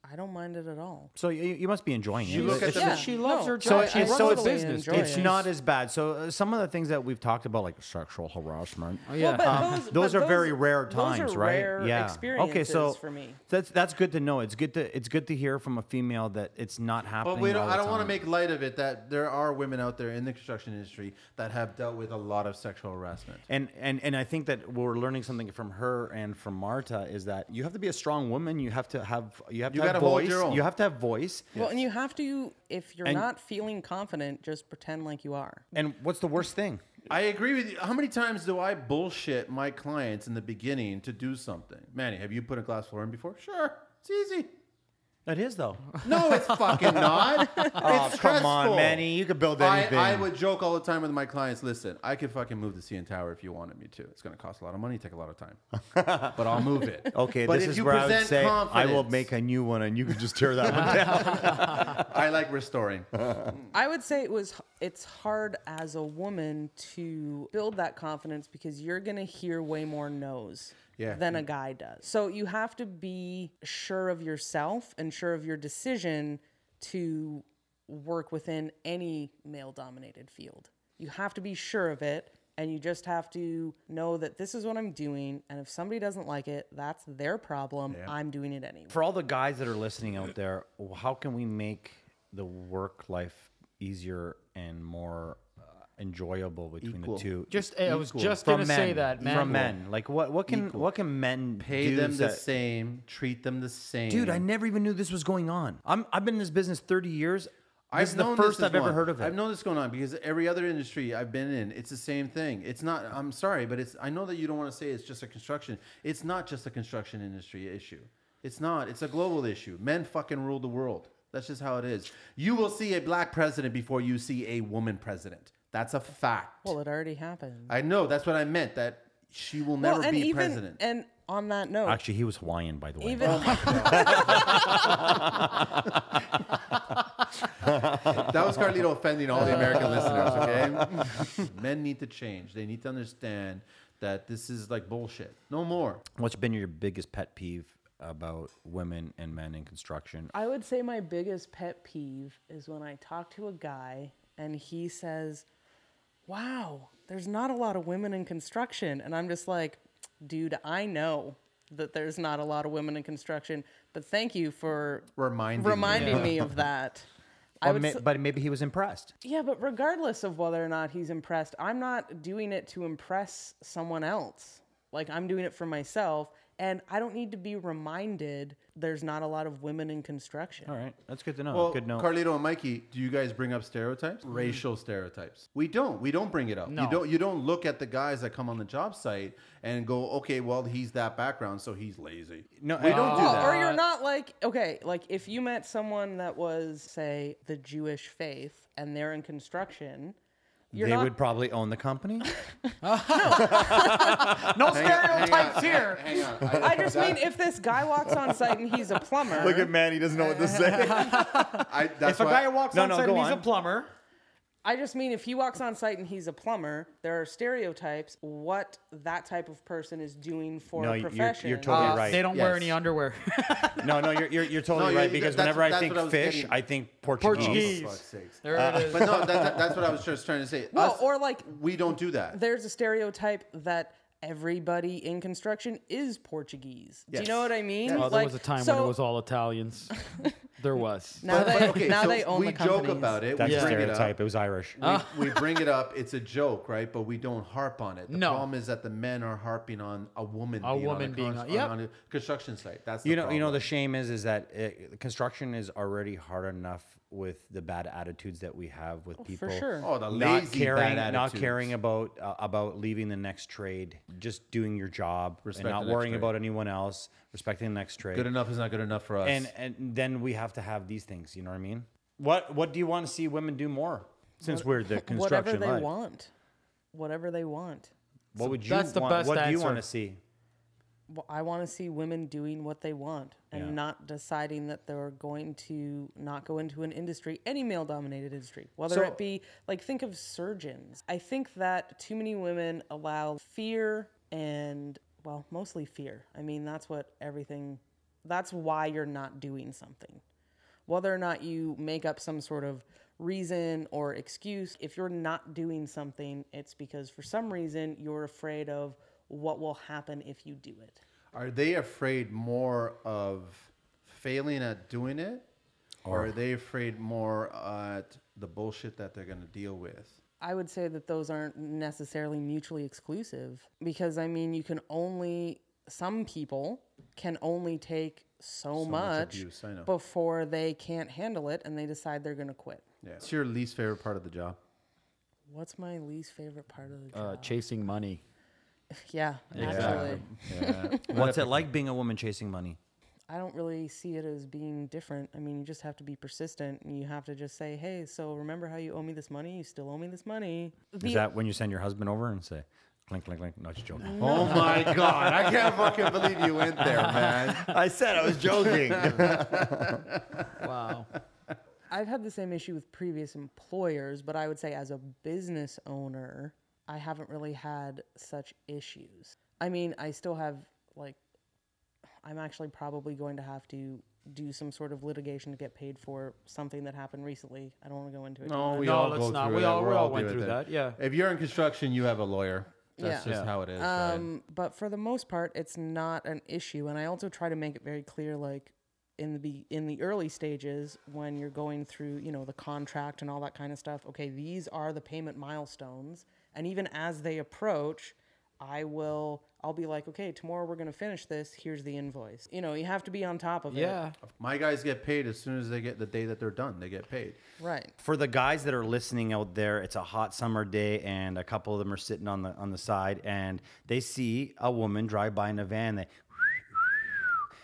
[SPEAKER 5] I don't mind it at all.
[SPEAKER 2] So you, you must be enjoying it.
[SPEAKER 4] You look
[SPEAKER 2] It's-
[SPEAKER 4] at the Yeah.
[SPEAKER 1] She loves
[SPEAKER 5] no.
[SPEAKER 1] her
[SPEAKER 2] So
[SPEAKER 1] job.
[SPEAKER 2] it's,
[SPEAKER 1] she runs
[SPEAKER 2] so
[SPEAKER 1] a
[SPEAKER 2] it's,
[SPEAKER 1] business.
[SPEAKER 5] enjoy
[SPEAKER 1] dude.
[SPEAKER 2] it's
[SPEAKER 5] it.
[SPEAKER 2] not as bad. So uh, some of the things that we've talked about, like sexual harassment,
[SPEAKER 1] Yeah.
[SPEAKER 5] but
[SPEAKER 2] um, those,
[SPEAKER 5] Oh, but
[SPEAKER 2] are very rare
[SPEAKER 5] those are
[SPEAKER 2] times, right?
[SPEAKER 5] rare Experiences
[SPEAKER 2] Okay, so
[SPEAKER 5] for me,
[SPEAKER 2] that's that's good to know. It's good to it's good to hear from a female that it's not happening.
[SPEAKER 4] But we don't,
[SPEAKER 2] all the
[SPEAKER 4] I don't want to
[SPEAKER 2] time.
[SPEAKER 4] make light of it that there are women out there in the construction industry that have dealt with a lot of sexual harassment.
[SPEAKER 2] And, and and I think that we're learning something from her and from Marta is that you have to be a strong woman. You have to have you have
[SPEAKER 4] You
[SPEAKER 2] to have
[SPEAKER 4] gotta hold
[SPEAKER 2] voice.
[SPEAKER 4] your own.
[SPEAKER 2] You have to have voice.
[SPEAKER 5] well, and you have to if you're
[SPEAKER 2] And-
[SPEAKER 5] not feeling confident, just pretend like you are.
[SPEAKER 2] And what's the worst thing?
[SPEAKER 4] I agree with you. How many times do I bullshit my clients in the beginning to do something? Manny, have you put a glass floor in before? Sure, it's easy.
[SPEAKER 2] That is though.
[SPEAKER 4] No, it's fucking not. It's
[SPEAKER 2] Oh, come on,
[SPEAKER 4] stressful.
[SPEAKER 2] Manny. You could build
[SPEAKER 4] I,
[SPEAKER 2] anything.
[SPEAKER 4] I would joke all the time with my clients. Listen, I could fucking move the CN Tower if you wanted me to. It's going to cost a lot of money, take a lot of time, but I'll move it.
[SPEAKER 2] Okay,
[SPEAKER 4] but
[SPEAKER 2] this
[SPEAKER 4] if
[SPEAKER 2] is
[SPEAKER 4] you
[SPEAKER 2] where I would
[SPEAKER 4] present
[SPEAKER 2] say
[SPEAKER 4] confidence,
[SPEAKER 2] I will make a new one, and you could just tear that one down.
[SPEAKER 4] I like restoring.
[SPEAKER 5] I would say it was it's hard as a woman to build that confidence because you're going to hear way more no's
[SPEAKER 4] Yeah.
[SPEAKER 5] than a guy does. So you have to be sure of yourself and sure of your decision to work within any male dominated field. You have to be sure of it and you just have to know that this is what I'm doing and if somebody doesn't like it, that's their problem. I'm doing it anyway.
[SPEAKER 2] For all the guys that are listening out there, how can we make the work life easier and more uh, enjoyable between the two?
[SPEAKER 1] Just, I was just
[SPEAKER 2] From
[SPEAKER 1] gonna say that, man.
[SPEAKER 2] From men, like what? What can what can men
[SPEAKER 4] Pay
[SPEAKER 2] do
[SPEAKER 4] them the
[SPEAKER 2] that-
[SPEAKER 4] same, treat them the same.
[SPEAKER 2] Dude, I never even knew this was going on. I'm I've been in this business 30 years. This is the
[SPEAKER 4] known
[SPEAKER 2] first
[SPEAKER 4] this
[SPEAKER 2] I've
[SPEAKER 4] is
[SPEAKER 2] ever
[SPEAKER 4] one.
[SPEAKER 2] heard of it.
[SPEAKER 4] I've known this going on because every other industry I've been in, it's the same thing. It's not. I'm sorry, but it's. I know that you don't want to say it's just a construction. It's not just a construction industry issue. It's not. It's a global issue. Men fucking rule the world. That's just how it is. You will see a black president before you see a woman president. That's a fact.
[SPEAKER 5] Well, it already happened.
[SPEAKER 4] I know. That's what I meant. That she will never
[SPEAKER 5] well, and
[SPEAKER 4] be
[SPEAKER 5] even
[SPEAKER 4] president.
[SPEAKER 5] and on that note,
[SPEAKER 2] Actually, he was Hawaiian, by the way.
[SPEAKER 5] even
[SPEAKER 4] That was Carlito offending all the American listeners, okay? Men need to change. They need to understand that this is like bullshit. No more.
[SPEAKER 2] What's been your biggest pet peeve about women and men in construction?
[SPEAKER 5] I would say my biggest pet peeve is when I talk to a guy and he says, Wow, there's not a lot of women in construction. And I'm just like, Dude, I know that there's not a lot of women in construction, but thank you for
[SPEAKER 4] Reminding me.
[SPEAKER 5] reminding me of that. I
[SPEAKER 2] Or
[SPEAKER 5] would
[SPEAKER 2] ma-
[SPEAKER 5] s-
[SPEAKER 2] but maybe he was impressed.
[SPEAKER 5] yeah, but regardless of whether or not he's impressed, I'm not doing it to impress someone else. Like I'm doing it for myself, and I don't need to be reminded there's not a lot of women in construction.
[SPEAKER 2] All right, that's good to know.
[SPEAKER 4] Well,
[SPEAKER 2] good note.
[SPEAKER 4] Carlito and Mikey, do you guys bring up stereotypes? Racial stereotypes. We don't. We don't bring it up. You
[SPEAKER 1] Mm. No.
[SPEAKER 4] don't you don't look at the guys that come on the job site and go, "Okay, well, he's that background, so he's lazy."
[SPEAKER 2] No,
[SPEAKER 4] we don't do
[SPEAKER 5] Oh,
[SPEAKER 4] that.
[SPEAKER 5] or you're not like okay, like if you met someone that was say the Jewish faith and they're in construction, you're
[SPEAKER 2] they
[SPEAKER 5] not.
[SPEAKER 2] would probably own the company.
[SPEAKER 1] No stereotypes here.
[SPEAKER 4] Hang on.
[SPEAKER 5] I just mean if this guy walks on site and he's a plumber.
[SPEAKER 6] Look at Manny doesn't know what to say.
[SPEAKER 4] I, that's
[SPEAKER 1] If a
[SPEAKER 4] why-
[SPEAKER 1] guy walks
[SPEAKER 2] No,
[SPEAKER 1] on
[SPEAKER 2] no,
[SPEAKER 1] set
[SPEAKER 2] go
[SPEAKER 1] and he's a
[SPEAKER 2] on.
[SPEAKER 1] plumber,
[SPEAKER 5] I just mean if he walks on site and he's a plumber, there are stereotypes what that type of person is doing for
[SPEAKER 2] No,
[SPEAKER 5] a
[SPEAKER 2] you're- you're
[SPEAKER 5] profession.
[SPEAKER 2] totally
[SPEAKER 1] uh,
[SPEAKER 2] right.
[SPEAKER 1] they don't wear
[SPEAKER 2] Yes.
[SPEAKER 1] any underwear.
[SPEAKER 2] no, no, you're you're, you're totally
[SPEAKER 4] No,
[SPEAKER 2] right
[SPEAKER 4] you-
[SPEAKER 2] because
[SPEAKER 4] that's-
[SPEAKER 2] whenever I
[SPEAKER 4] that's
[SPEAKER 2] think
[SPEAKER 4] what I was
[SPEAKER 2] fish,
[SPEAKER 4] getting.
[SPEAKER 2] I think Portuguese.
[SPEAKER 1] Portuguese.
[SPEAKER 4] Oh, Fuck's sakes. Uh,
[SPEAKER 1] there it is.
[SPEAKER 4] But no, that, that, that's what I was just trying to say.
[SPEAKER 5] Well,
[SPEAKER 4] Us-
[SPEAKER 5] or like
[SPEAKER 4] we don't do that.
[SPEAKER 5] there's a stereotype that everybody in construction is Portuguese. Do
[SPEAKER 4] Yes.
[SPEAKER 5] you know what I mean?
[SPEAKER 1] Well, Oh, there
[SPEAKER 5] Like,
[SPEAKER 1] was a time when
[SPEAKER 5] so
[SPEAKER 1] it was all Italians. there was.
[SPEAKER 5] Now they, now
[SPEAKER 4] so
[SPEAKER 5] they own
[SPEAKER 4] we
[SPEAKER 5] the
[SPEAKER 4] joke
[SPEAKER 5] companies.
[SPEAKER 4] about it.
[SPEAKER 2] That's
[SPEAKER 4] we
[SPEAKER 2] a
[SPEAKER 4] bring it
[SPEAKER 2] stereotype.
[SPEAKER 4] up. Uh,
[SPEAKER 2] It was Irish.
[SPEAKER 1] Uh.
[SPEAKER 4] we, we bring it up. It's a joke, right? But we don't harp on it. The
[SPEAKER 1] No.
[SPEAKER 4] problem is that the men are harping on a woman.
[SPEAKER 1] A
[SPEAKER 4] being
[SPEAKER 1] woman
[SPEAKER 4] on a,
[SPEAKER 1] being
[SPEAKER 4] cons-
[SPEAKER 1] on-
[SPEAKER 4] on,
[SPEAKER 1] yep.
[SPEAKER 4] on a construction site. That's the
[SPEAKER 2] you know, you know,
[SPEAKER 4] problem.
[SPEAKER 2] the shame is, is that uh construction is already hard enough with the bad attitudes that we have with people.
[SPEAKER 5] sure.
[SPEAKER 4] oh the
[SPEAKER 2] not
[SPEAKER 4] lazy
[SPEAKER 2] caring,
[SPEAKER 4] bad
[SPEAKER 2] not
[SPEAKER 4] attitudes.
[SPEAKER 2] caring about uh, about leaving the next trade, just doing your job,
[SPEAKER 4] Respect
[SPEAKER 2] and
[SPEAKER 4] the
[SPEAKER 2] not
[SPEAKER 4] next
[SPEAKER 2] worrying
[SPEAKER 4] trade.
[SPEAKER 2] about anyone else, respecting the next trade.
[SPEAKER 4] Good enough is not good enough for us.
[SPEAKER 2] and and then we have to have these things. You know what I mean? What what do you want to see women do more? Since we're the construction,
[SPEAKER 5] Whatever they
[SPEAKER 2] line,
[SPEAKER 5] want. Whatever they want.
[SPEAKER 2] what would you?
[SPEAKER 1] That's the
[SPEAKER 2] want,
[SPEAKER 1] best
[SPEAKER 2] What do you
[SPEAKER 1] answer.
[SPEAKER 2] want to see?
[SPEAKER 5] Wh- I want to see women doing what they want and
[SPEAKER 2] Yeah.
[SPEAKER 5] not deciding that they're going to not go into an industry, any male dominated industry, whether
[SPEAKER 4] So-
[SPEAKER 5] it be like think of surgeons. I think that too many women allow fear and, well, mostly fear. I mean, that's what everything, that's why you're not doing something. Whether or not you make up some sort of reason or excuse, if you're not doing something, it's because for some reason you're afraid of what will happen if you do it.
[SPEAKER 4] Are they afraid more of failing at doing it, or are they afraid more at the bullshit that they're going to deal with?
[SPEAKER 5] I would say that those aren't necessarily mutually exclusive because I mean you can only some people can only take so, much,
[SPEAKER 4] abuse, I know.
[SPEAKER 5] before they can't handle it and they decide they're going to quit.
[SPEAKER 4] Yeah. It's your least favorite part of the job.
[SPEAKER 5] What's my least favorite part of the job?
[SPEAKER 1] Uh, chasing money.
[SPEAKER 5] yeah, actually.
[SPEAKER 2] What's it like being a woman chasing money?
[SPEAKER 5] I don't really see it as being different. I mean, you just have to be persistent and you have to just say, "Hey, so remember how you owe me this money? You still owe me this money."
[SPEAKER 2] Is
[SPEAKER 5] The-
[SPEAKER 2] that when you send your husband over and say, "Clink, clink, clink"? Not just joking.
[SPEAKER 4] Oh my god, I can't fucking believe you went there, man.
[SPEAKER 3] I said I was joking.
[SPEAKER 1] Wow.
[SPEAKER 5] I've had the same issue with previous employers, but I would say as a business owner, I haven't really had such issues. I mean, I still have like I'm actually probably going to have to do some sort of litigation to get paid for something that happened recently. I don't want to go into it.
[SPEAKER 4] No, we
[SPEAKER 1] No,
[SPEAKER 4] all
[SPEAKER 1] let's
[SPEAKER 4] go
[SPEAKER 1] not.
[SPEAKER 4] through
[SPEAKER 1] We
[SPEAKER 4] that.
[SPEAKER 1] all-
[SPEAKER 4] We're
[SPEAKER 1] we all went
[SPEAKER 4] doing
[SPEAKER 1] through that, yeah.
[SPEAKER 4] If you're in construction, you have a lawyer. That's
[SPEAKER 5] Yeah.
[SPEAKER 4] just how it is. right?
[SPEAKER 5] Um, but for the most part, it's not an issue, and I also try to make it very clear, like in the be- in the early stages when you're going through, you know, the contract and all that kind of stuff. Okay, these are the payment milestones, and even as they approach, I will I'll be like, okay, tomorrow we're gonna finish this. Here's the invoice. You know, you have to be on top of it.
[SPEAKER 1] Yeah.
[SPEAKER 4] My guys get paid as soon as they get the day that they're done. They get paid.
[SPEAKER 5] Right.
[SPEAKER 2] for the guys that are listening out there, it's a hot summer day, and a couple of them are sitting on the on the side, and they see a woman drive by in a van. They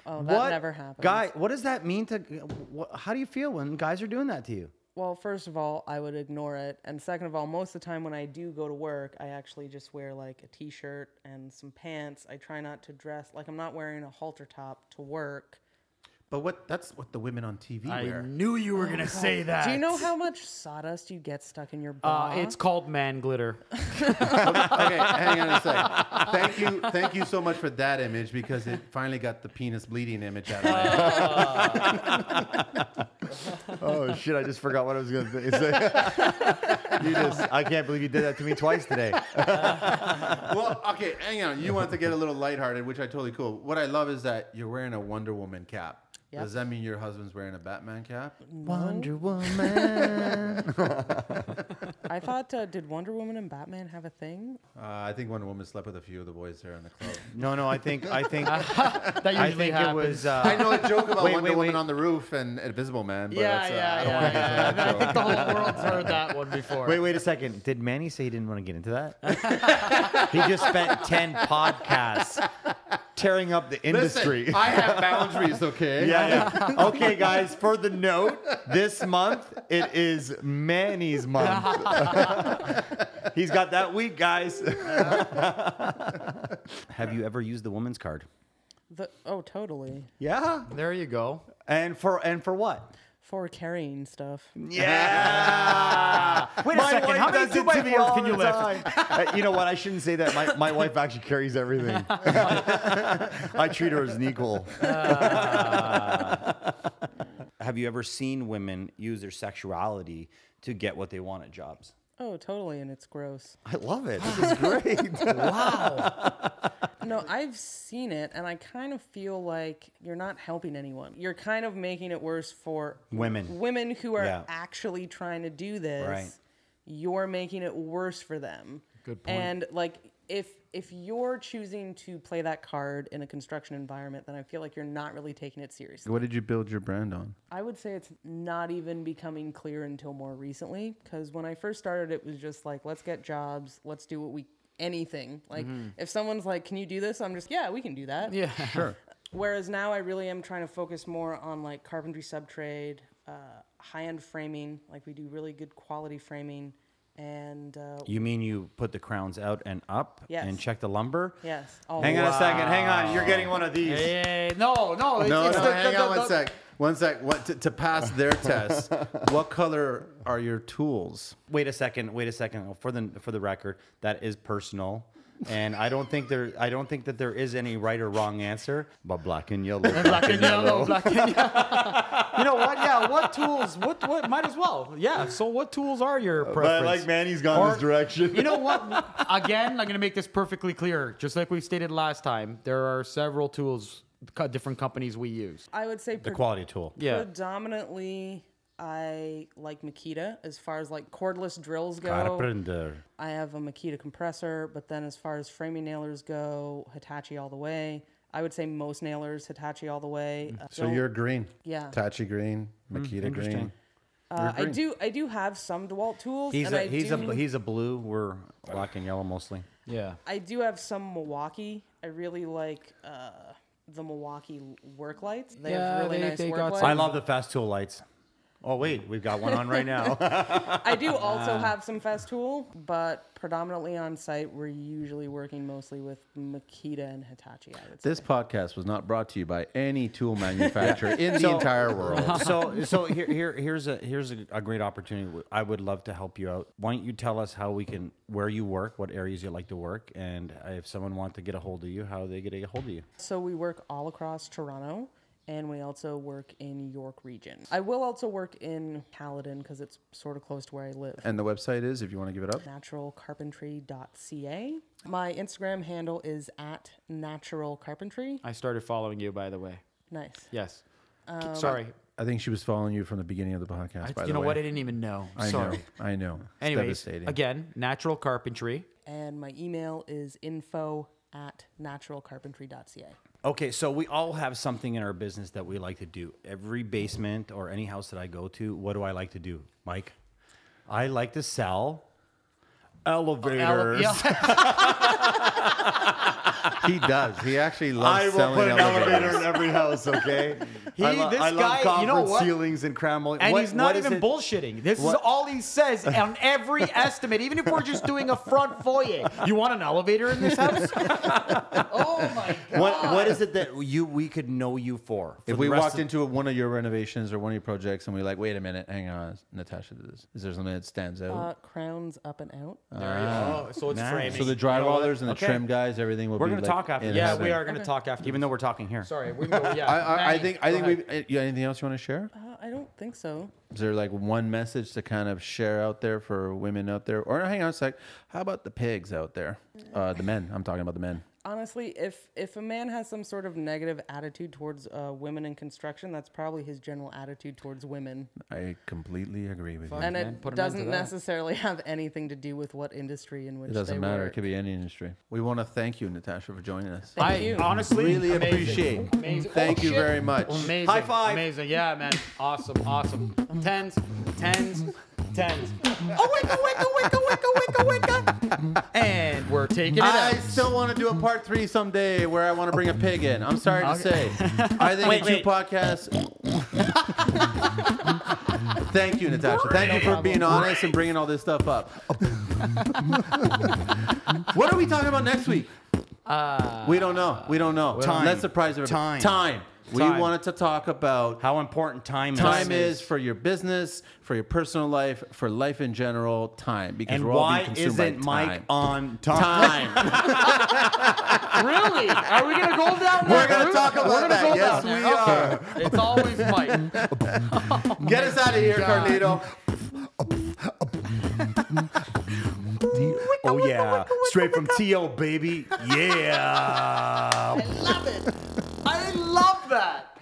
[SPEAKER 5] Oh, that never happens.
[SPEAKER 2] Guy, what does that mean to? What, how do you feel when guys are doing that to you?
[SPEAKER 5] Well, first of all, I would ignore it. And second of all, most of the time when I do go to work, I actually just wear like a t shirt and some pants. I try not to dress like I'm not wearing a halter top to work.
[SPEAKER 4] But what? That's what the women on TV
[SPEAKER 1] I
[SPEAKER 4] wear.
[SPEAKER 1] knew you were gonna say that.
[SPEAKER 5] Do you know how much sawdust you get stuck in your
[SPEAKER 1] Uh,
[SPEAKER 5] bra?
[SPEAKER 1] it's called man glitter.
[SPEAKER 4] okay, hang on a sec. Thank you, thank you so much for that image because it finally got the penis bleeding image out of my head.
[SPEAKER 3] oh shit! I just forgot what I was gonna say. It's like- you just, I can't believe you did that to me twice today.
[SPEAKER 4] Well, okay, hang on. You want to get a little lighthearted, which I totally cool. What I love is that you're wearing a Wonder Woman cap.
[SPEAKER 5] Yep. Mm.
[SPEAKER 4] Does that mean your husband's wearing a Batman cap?
[SPEAKER 2] Wonder Woman.
[SPEAKER 5] I thought, uh, did Wonder Woman and Batman have a thing?
[SPEAKER 4] Uh, I think Wonder Woman slept with a few of the boys there in the club.
[SPEAKER 2] no, no, I think I think
[SPEAKER 1] That usually
[SPEAKER 2] I think it
[SPEAKER 1] happens.
[SPEAKER 2] was. Uh,
[SPEAKER 4] I know a joke about
[SPEAKER 2] Wait,
[SPEAKER 4] Wonder
[SPEAKER 2] wait,
[SPEAKER 4] Woman
[SPEAKER 2] wait.
[SPEAKER 4] on the roof and Invisible Man, but
[SPEAKER 1] yeah,
[SPEAKER 4] that's, uh, I
[SPEAKER 1] yeah,
[SPEAKER 4] don't
[SPEAKER 1] yeah,
[SPEAKER 4] wanna
[SPEAKER 1] yeah.
[SPEAKER 4] get into that
[SPEAKER 1] I think
[SPEAKER 4] joke.
[SPEAKER 1] the whole world's heard that one before.
[SPEAKER 2] Wait, wait a second. Did Manny say he didn't want to get into that? he just spent 10 podcasts tearing up the industry.
[SPEAKER 4] Listen, I have boundaries, okay?
[SPEAKER 2] yeah, yeah. Okay, guys, for the note, this month it is Manny's month. He's got that week, guys. Have you ever used the woman's card?
[SPEAKER 5] The, oh, totally.
[SPEAKER 2] Yeah.
[SPEAKER 1] There you go.
[SPEAKER 2] And for and for what?
[SPEAKER 5] For carrying stuff.
[SPEAKER 2] Yeah. Wait
[SPEAKER 1] second, how many two by fours can you lift?
[SPEAKER 3] Uh, you know what? I shouldn't say that. My, my wife actually carries everything. I treat her as an equal. Ah.
[SPEAKER 2] Have you ever seen women use their sexuality to get what they want at jobs?
[SPEAKER 5] Oh, totally, and it's gross.
[SPEAKER 3] I love it. This is great.
[SPEAKER 5] No, I've seen it, and I kind of feel like you're not helping anyone. You're kind of making it worse for
[SPEAKER 2] Women.
[SPEAKER 5] women who are
[SPEAKER 2] Yeah.
[SPEAKER 5] actually trying to do this.
[SPEAKER 2] Right.
[SPEAKER 5] You're making it worse for them.
[SPEAKER 1] Good point.
[SPEAKER 5] And like, if if you're choosing to play that card in a construction environment, then I feel like you're not really taking it seriously.
[SPEAKER 4] What did you build your brand on?
[SPEAKER 5] I would say it's not even becoming clear until more recently because when I first started, it was just like, let's get jobs, let's do what we anything. Like, if someone's like, can you do this? I'm just, yeah, we can do that.
[SPEAKER 1] Yeah.
[SPEAKER 4] Sure.
[SPEAKER 5] Whereas now I really am trying to focus more on like carpentry subtrade, uh, high end framing. Like, we do really good quality framing. And uh,
[SPEAKER 2] You mean you put the crowns out and up
[SPEAKER 5] Yes.
[SPEAKER 2] and check the lumber?
[SPEAKER 5] yes, all
[SPEAKER 3] Hang on a second. Hang on. You're getting one of these.
[SPEAKER 1] Hey, Eh, no, no. It's,
[SPEAKER 4] No,
[SPEAKER 1] it's
[SPEAKER 4] no,
[SPEAKER 1] the-
[SPEAKER 4] hang
[SPEAKER 1] the-
[SPEAKER 4] on
[SPEAKER 1] the-
[SPEAKER 4] one sec. One sec. What to, to pass their test? what color are your tools?
[SPEAKER 2] Wait a second. Wait a second. oh, For the for the record, that is personal, and I don't think there. I don't think that there is any right or wrong answer.
[SPEAKER 3] But black and yellow.
[SPEAKER 1] Black and yellow, black and yellow. you know what? Yeah, what tools? What what? Might as well. Yeah. So, what tools are your preference?
[SPEAKER 3] But like Manny's gone
[SPEAKER 1] Or-
[SPEAKER 3] this direction.
[SPEAKER 1] You know what? Again, I'm going to make this perfectly clear. Just like we stated last time, there are several tools, co- different companies we use.
[SPEAKER 5] I would say
[SPEAKER 2] The quality tool.
[SPEAKER 1] Yeah.
[SPEAKER 5] predominantly I like Makita as far as like cordless drills go.
[SPEAKER 2] Carpenter.
[SPEAKER 5] I have a Makita compressor, but then as far as framing nailers go, Hitachi all the way. I would say most nailers, Hitachi all the way.
[SPEAKER 2] Mm-hmm.
[SPEAKER 5] Uh,
[SPEAKER 4] So
[SPEAKER 5] don't-
[SPEAKER 4] you're green.
[SPEAKER 5] Yeah.
[SPEAKER 4] Tachi green.
[SPEAKER 3] Hmm,
[SPEAKER 4] Makita green.
[SPEAKER 5] uh, I do I do have some Dewalt tools,
[SPEAKER 2] He's
[SPEAKER 5] and
[SPEAKER 2] a
[SPEAKER 5] I
[SPEAKER 2] he's
[SPEAKER 5] do
[SPEAKER 2] a he's a blue. We're black and yellow mostly.
[SPEAKER 1] Yeah.
[SPEAKER 5] I do have some Milwaukee. I really like uh, the Milwaukee work lights. They
[SPEAKER 1] Yeah,
[SPEAKER 5] have really
[SPEAKER 1] they-
[SPEAKER 5] nice
[SPEAKER 1] they
[SPEAKER 5] work
[SPEAKER 1] got
[SPEAKER 5] lights.
[SPEAKER 2] I love the Festool lights. Oh wait, we've got one on right now.
[SPEAKER 5] I do also have some Festool, but predominantly on site, we're usually working mostly with Makita and Hitachi. I would say.
[SPEAKER 4] This podcast was not brought to you by any tool manufacturer in the
[SPEAKER 2] So-
[SPEAKER 4] entire world.
[SPEAKER 2] so so here, here here's a here's a, a great opportunity. I would love to help you out. Why don't you tell us how we can where you work, what areas you like to work, and if someone wants to get a hold of you, how they get a hold of you.
[SPEAKER 5] So we work all across Toronto. And we also work in York region. I will also work in Caledon because it's sort of close to where I live.
[SPEAKER 4] And the website is, if you want to give it up,
[SPEAKER 5] naturalcarpentry.ca. My Instagram handle is at naturalcarpentry.
[SPEAKER 1] I started following you, by the way.
[SPEAKER 5] Nice.
[SPEAKER 1] Yes. Sorry.
[SPEAKER 4] I think she was following you from the beginning of the podcast. by
[SPEAKER 1] you
[SPEAKER 4] the
[SPEAKER 1] know
[SPEAKER 4] way.
[SPEAKER 1] what? I didn't even know.
[SPEAKER 4] I
[SPEAKER 1] Sorry.
[SPEAKER 4] know. I know. It's
[SPEAKER 1] Anyways,
[SPEAKER 4] devastating.
[SPEAKER 1] again, natural carpentry.
[SPEAKER 5] And my email is info at naturalcarpentry.ca.
[SPEAKER 2] Okay, so we all have something in our business that we like to do. Every basement or any house that I go to, what do I like to do, Mike? I like to sell elevators.
[SPEAKER 1] Yeah.
[SPEAKER 4] He does. He actually loves
[SPEAKER 3] I will
[SPEAKER 4] selling
[SPEAKER 3] put an
[SPEAKER 4] elevators.
[SPEAKER 3] elevator in every house, okay?
[SPEAKER 1] He-
[SPEAKER 3] I, lo-
[SPEAKER 1] this
[SPEAKER 3] I love
[SPEAKER 1] guy, you know
[SPEAKER 3] conference
[SPEAKER 1] what?
[SPEAKER 3] ceilings and cramble.
[SPEAKER 1] And
[SPEAKER 3] What-
[SPEAKER 1] he's not
[SPEAKER 3] what is
[SPEAKER 1] even
[SPEAKER 3] it?
[SPEAKER 1] bullshitting. This is all he says on every estimate, even if we're just doing a front foyer. You want an elevator in this house? oh my god.
[SPEAKER 2] What what is it that you we could know you for? For
[SPEAKER 4] If
[SPEAKER 2] the
[SPEAKER 4] we
[SPEAKER 2] rest
[SPEAKER 4] walked
[SPEAKER 2] of-
[SPEAKER 4] into one of your renovations or one of your projects and we like, wait a minute, hang on, Natasha did this. Is there something that stands out?
[SPEAKER 5] Uh, crowns up and out.
[SPEAKER 1] There you go. Oh, so it's
[SPEAKER 2] nice.
[SPEAKER 1] framing.
[SPEAKER 4] so the
[SPEAKER 2] what?
[SPEAKER 4] drywallers and the
[SPEAKER 2] Okay.
[SPEAKER 4] trim guys, everything will
[SPEAKER 2] We're
[SPEAKER 4] be.
[SPEAKER 2] gonna
[SPEAKER 4] like,
[SPEAKER 2] talk after
[SPEAKER 4] in
[SPEAKER 2] this.
[SPEAKER 1] yeah,
[SPEAKER 4] heaven.
[SPEAKER 1] we are going to talk after.
[SPEAKER 2] even though we're talking here.
[SPEAKER 1] Sorry, we can go. Yeah,
[SPEAKER 4] I, I, I
[SPEAKER 1] Manny,
[SPEAKER 4] think. I
[SPEAKER 1] go
[SPEAKER 4] think
[SPEAKER 1] ahead.
[SPEAKER 4] we. Uh, you- anything else you want to share?
[SPEAKER 5] Uh, I don't think so.
[SPEAKER 4] Is there like one message to kind of share out there for women out there? Or hang on a sec. How about the pigs out there? Uh, the men. I'm talking about the men.
[SPEAKER 5] Honestly, if if a man has some sort of negative attitude towards uh, women in construction, that's probably his general attitude towards women,
[SPEAKER 4] I completely agree with you.
[SPEAKER 5] and
[SPEAKER 1] man,
[SPEAKER 5] it
[SPEAKER 1] put an end to
[SPEAKER 5] doesn't
[SPEAKER 1] that.
[SPEAKER 5] necessarily have anything to do with what industry in which
[SPEAKER 4] It doesn't
[SPEAKER 5] they
[SPEAKER 4] matter.
[SPEAKER 5] work.
[SPEAKER 4] It could be any industry. We want to thank you, Natasha, for joining us.
[SPEAKER 5] Thank
[SPEAKER 1] I
[SPEAKER 5] you.
[SPEAKER 1] honestly
[SPEAKER 4] really
[SPEAKER 1] amazing.
[SPEAKER 4] appreciate.
[SPEAKER 1] Amazing.
[SPEAKER 4] Thank
[SPEAKER 1] Oh,
[SPEAKER 4] you
[SPEAKER 1] shit.
[SPEAKER 4] very much.
[SPEAKER 1] Amazing.
[SPEAKER 2] High five.
[SPEAKER 1] Amazing. Yeah, man. Awesome. Awesome. Tens. Tens. Tens. Oh, wicka, wicka, wicka, wicka, wicka, wicka. And we're taking it
[SPEAKER 4] I
[SPEAKER 1] out.
[SPEAKER 4] still want to do a part three someday where I want to bring a pig in. I'm sorry to say. I think
[SPEAKER 2] Wait,
[SPEAKER 4] it's two
[SPEAKER 2] wait.
[SPEAKER 4] podcasts. Thank you, Natasha. Thank you for being honest and bringing all this stuff up. what are we talking about next week? we don't know. We don't know.
[SPEAKER 2] Time.
[SPEAKER 4] Let's surprise everybody.
[SPEAKER 2] Time.
[SPEAKER 4] Time. We
[SPEAKER 2] Time.
[SPEAKER 4] wanted to talk about
[SPEAKER 2] How important time is.
[SPEAKER 4] time is for your business, for your personal life, for life in general. Time, because
[SPEAKER 2] And
[SPEAKER 4] we're all being
[SPEAKER 2] why
[SPEAKER 4] consumed by
[SPEAKER 2] isn't Mike
[SPEAKER 4] time.
[SPEAKER 2] on time?
[SPEAKER 4] time?
[SPEAKER 1] really? Are we gonna go down
[SPEAKER 3] We're
[SPEAKER 1] there?
[SPEAKER 3] going to talk about
[SPEAKER 1] We're gonna
[SPEAKER 3] that.
[SPEAKER 1] go
[SPEAKER 3] Yes,
[SPEAKER 1] down
[SPEAKER 3] we
[SPEAKER 1] there. Okay.
[SPEAKER 3] are.
[SPEAKER 1] It's always Mike.
[SPEAKER 3] Get us out of here,
[SPEAKER 1] God.
[SPEAKER 3] Carnito.
[SPEAKER 2] Oh yeah, straight from T.O. baby. Yeah.
[SPEAKER 7] I love that.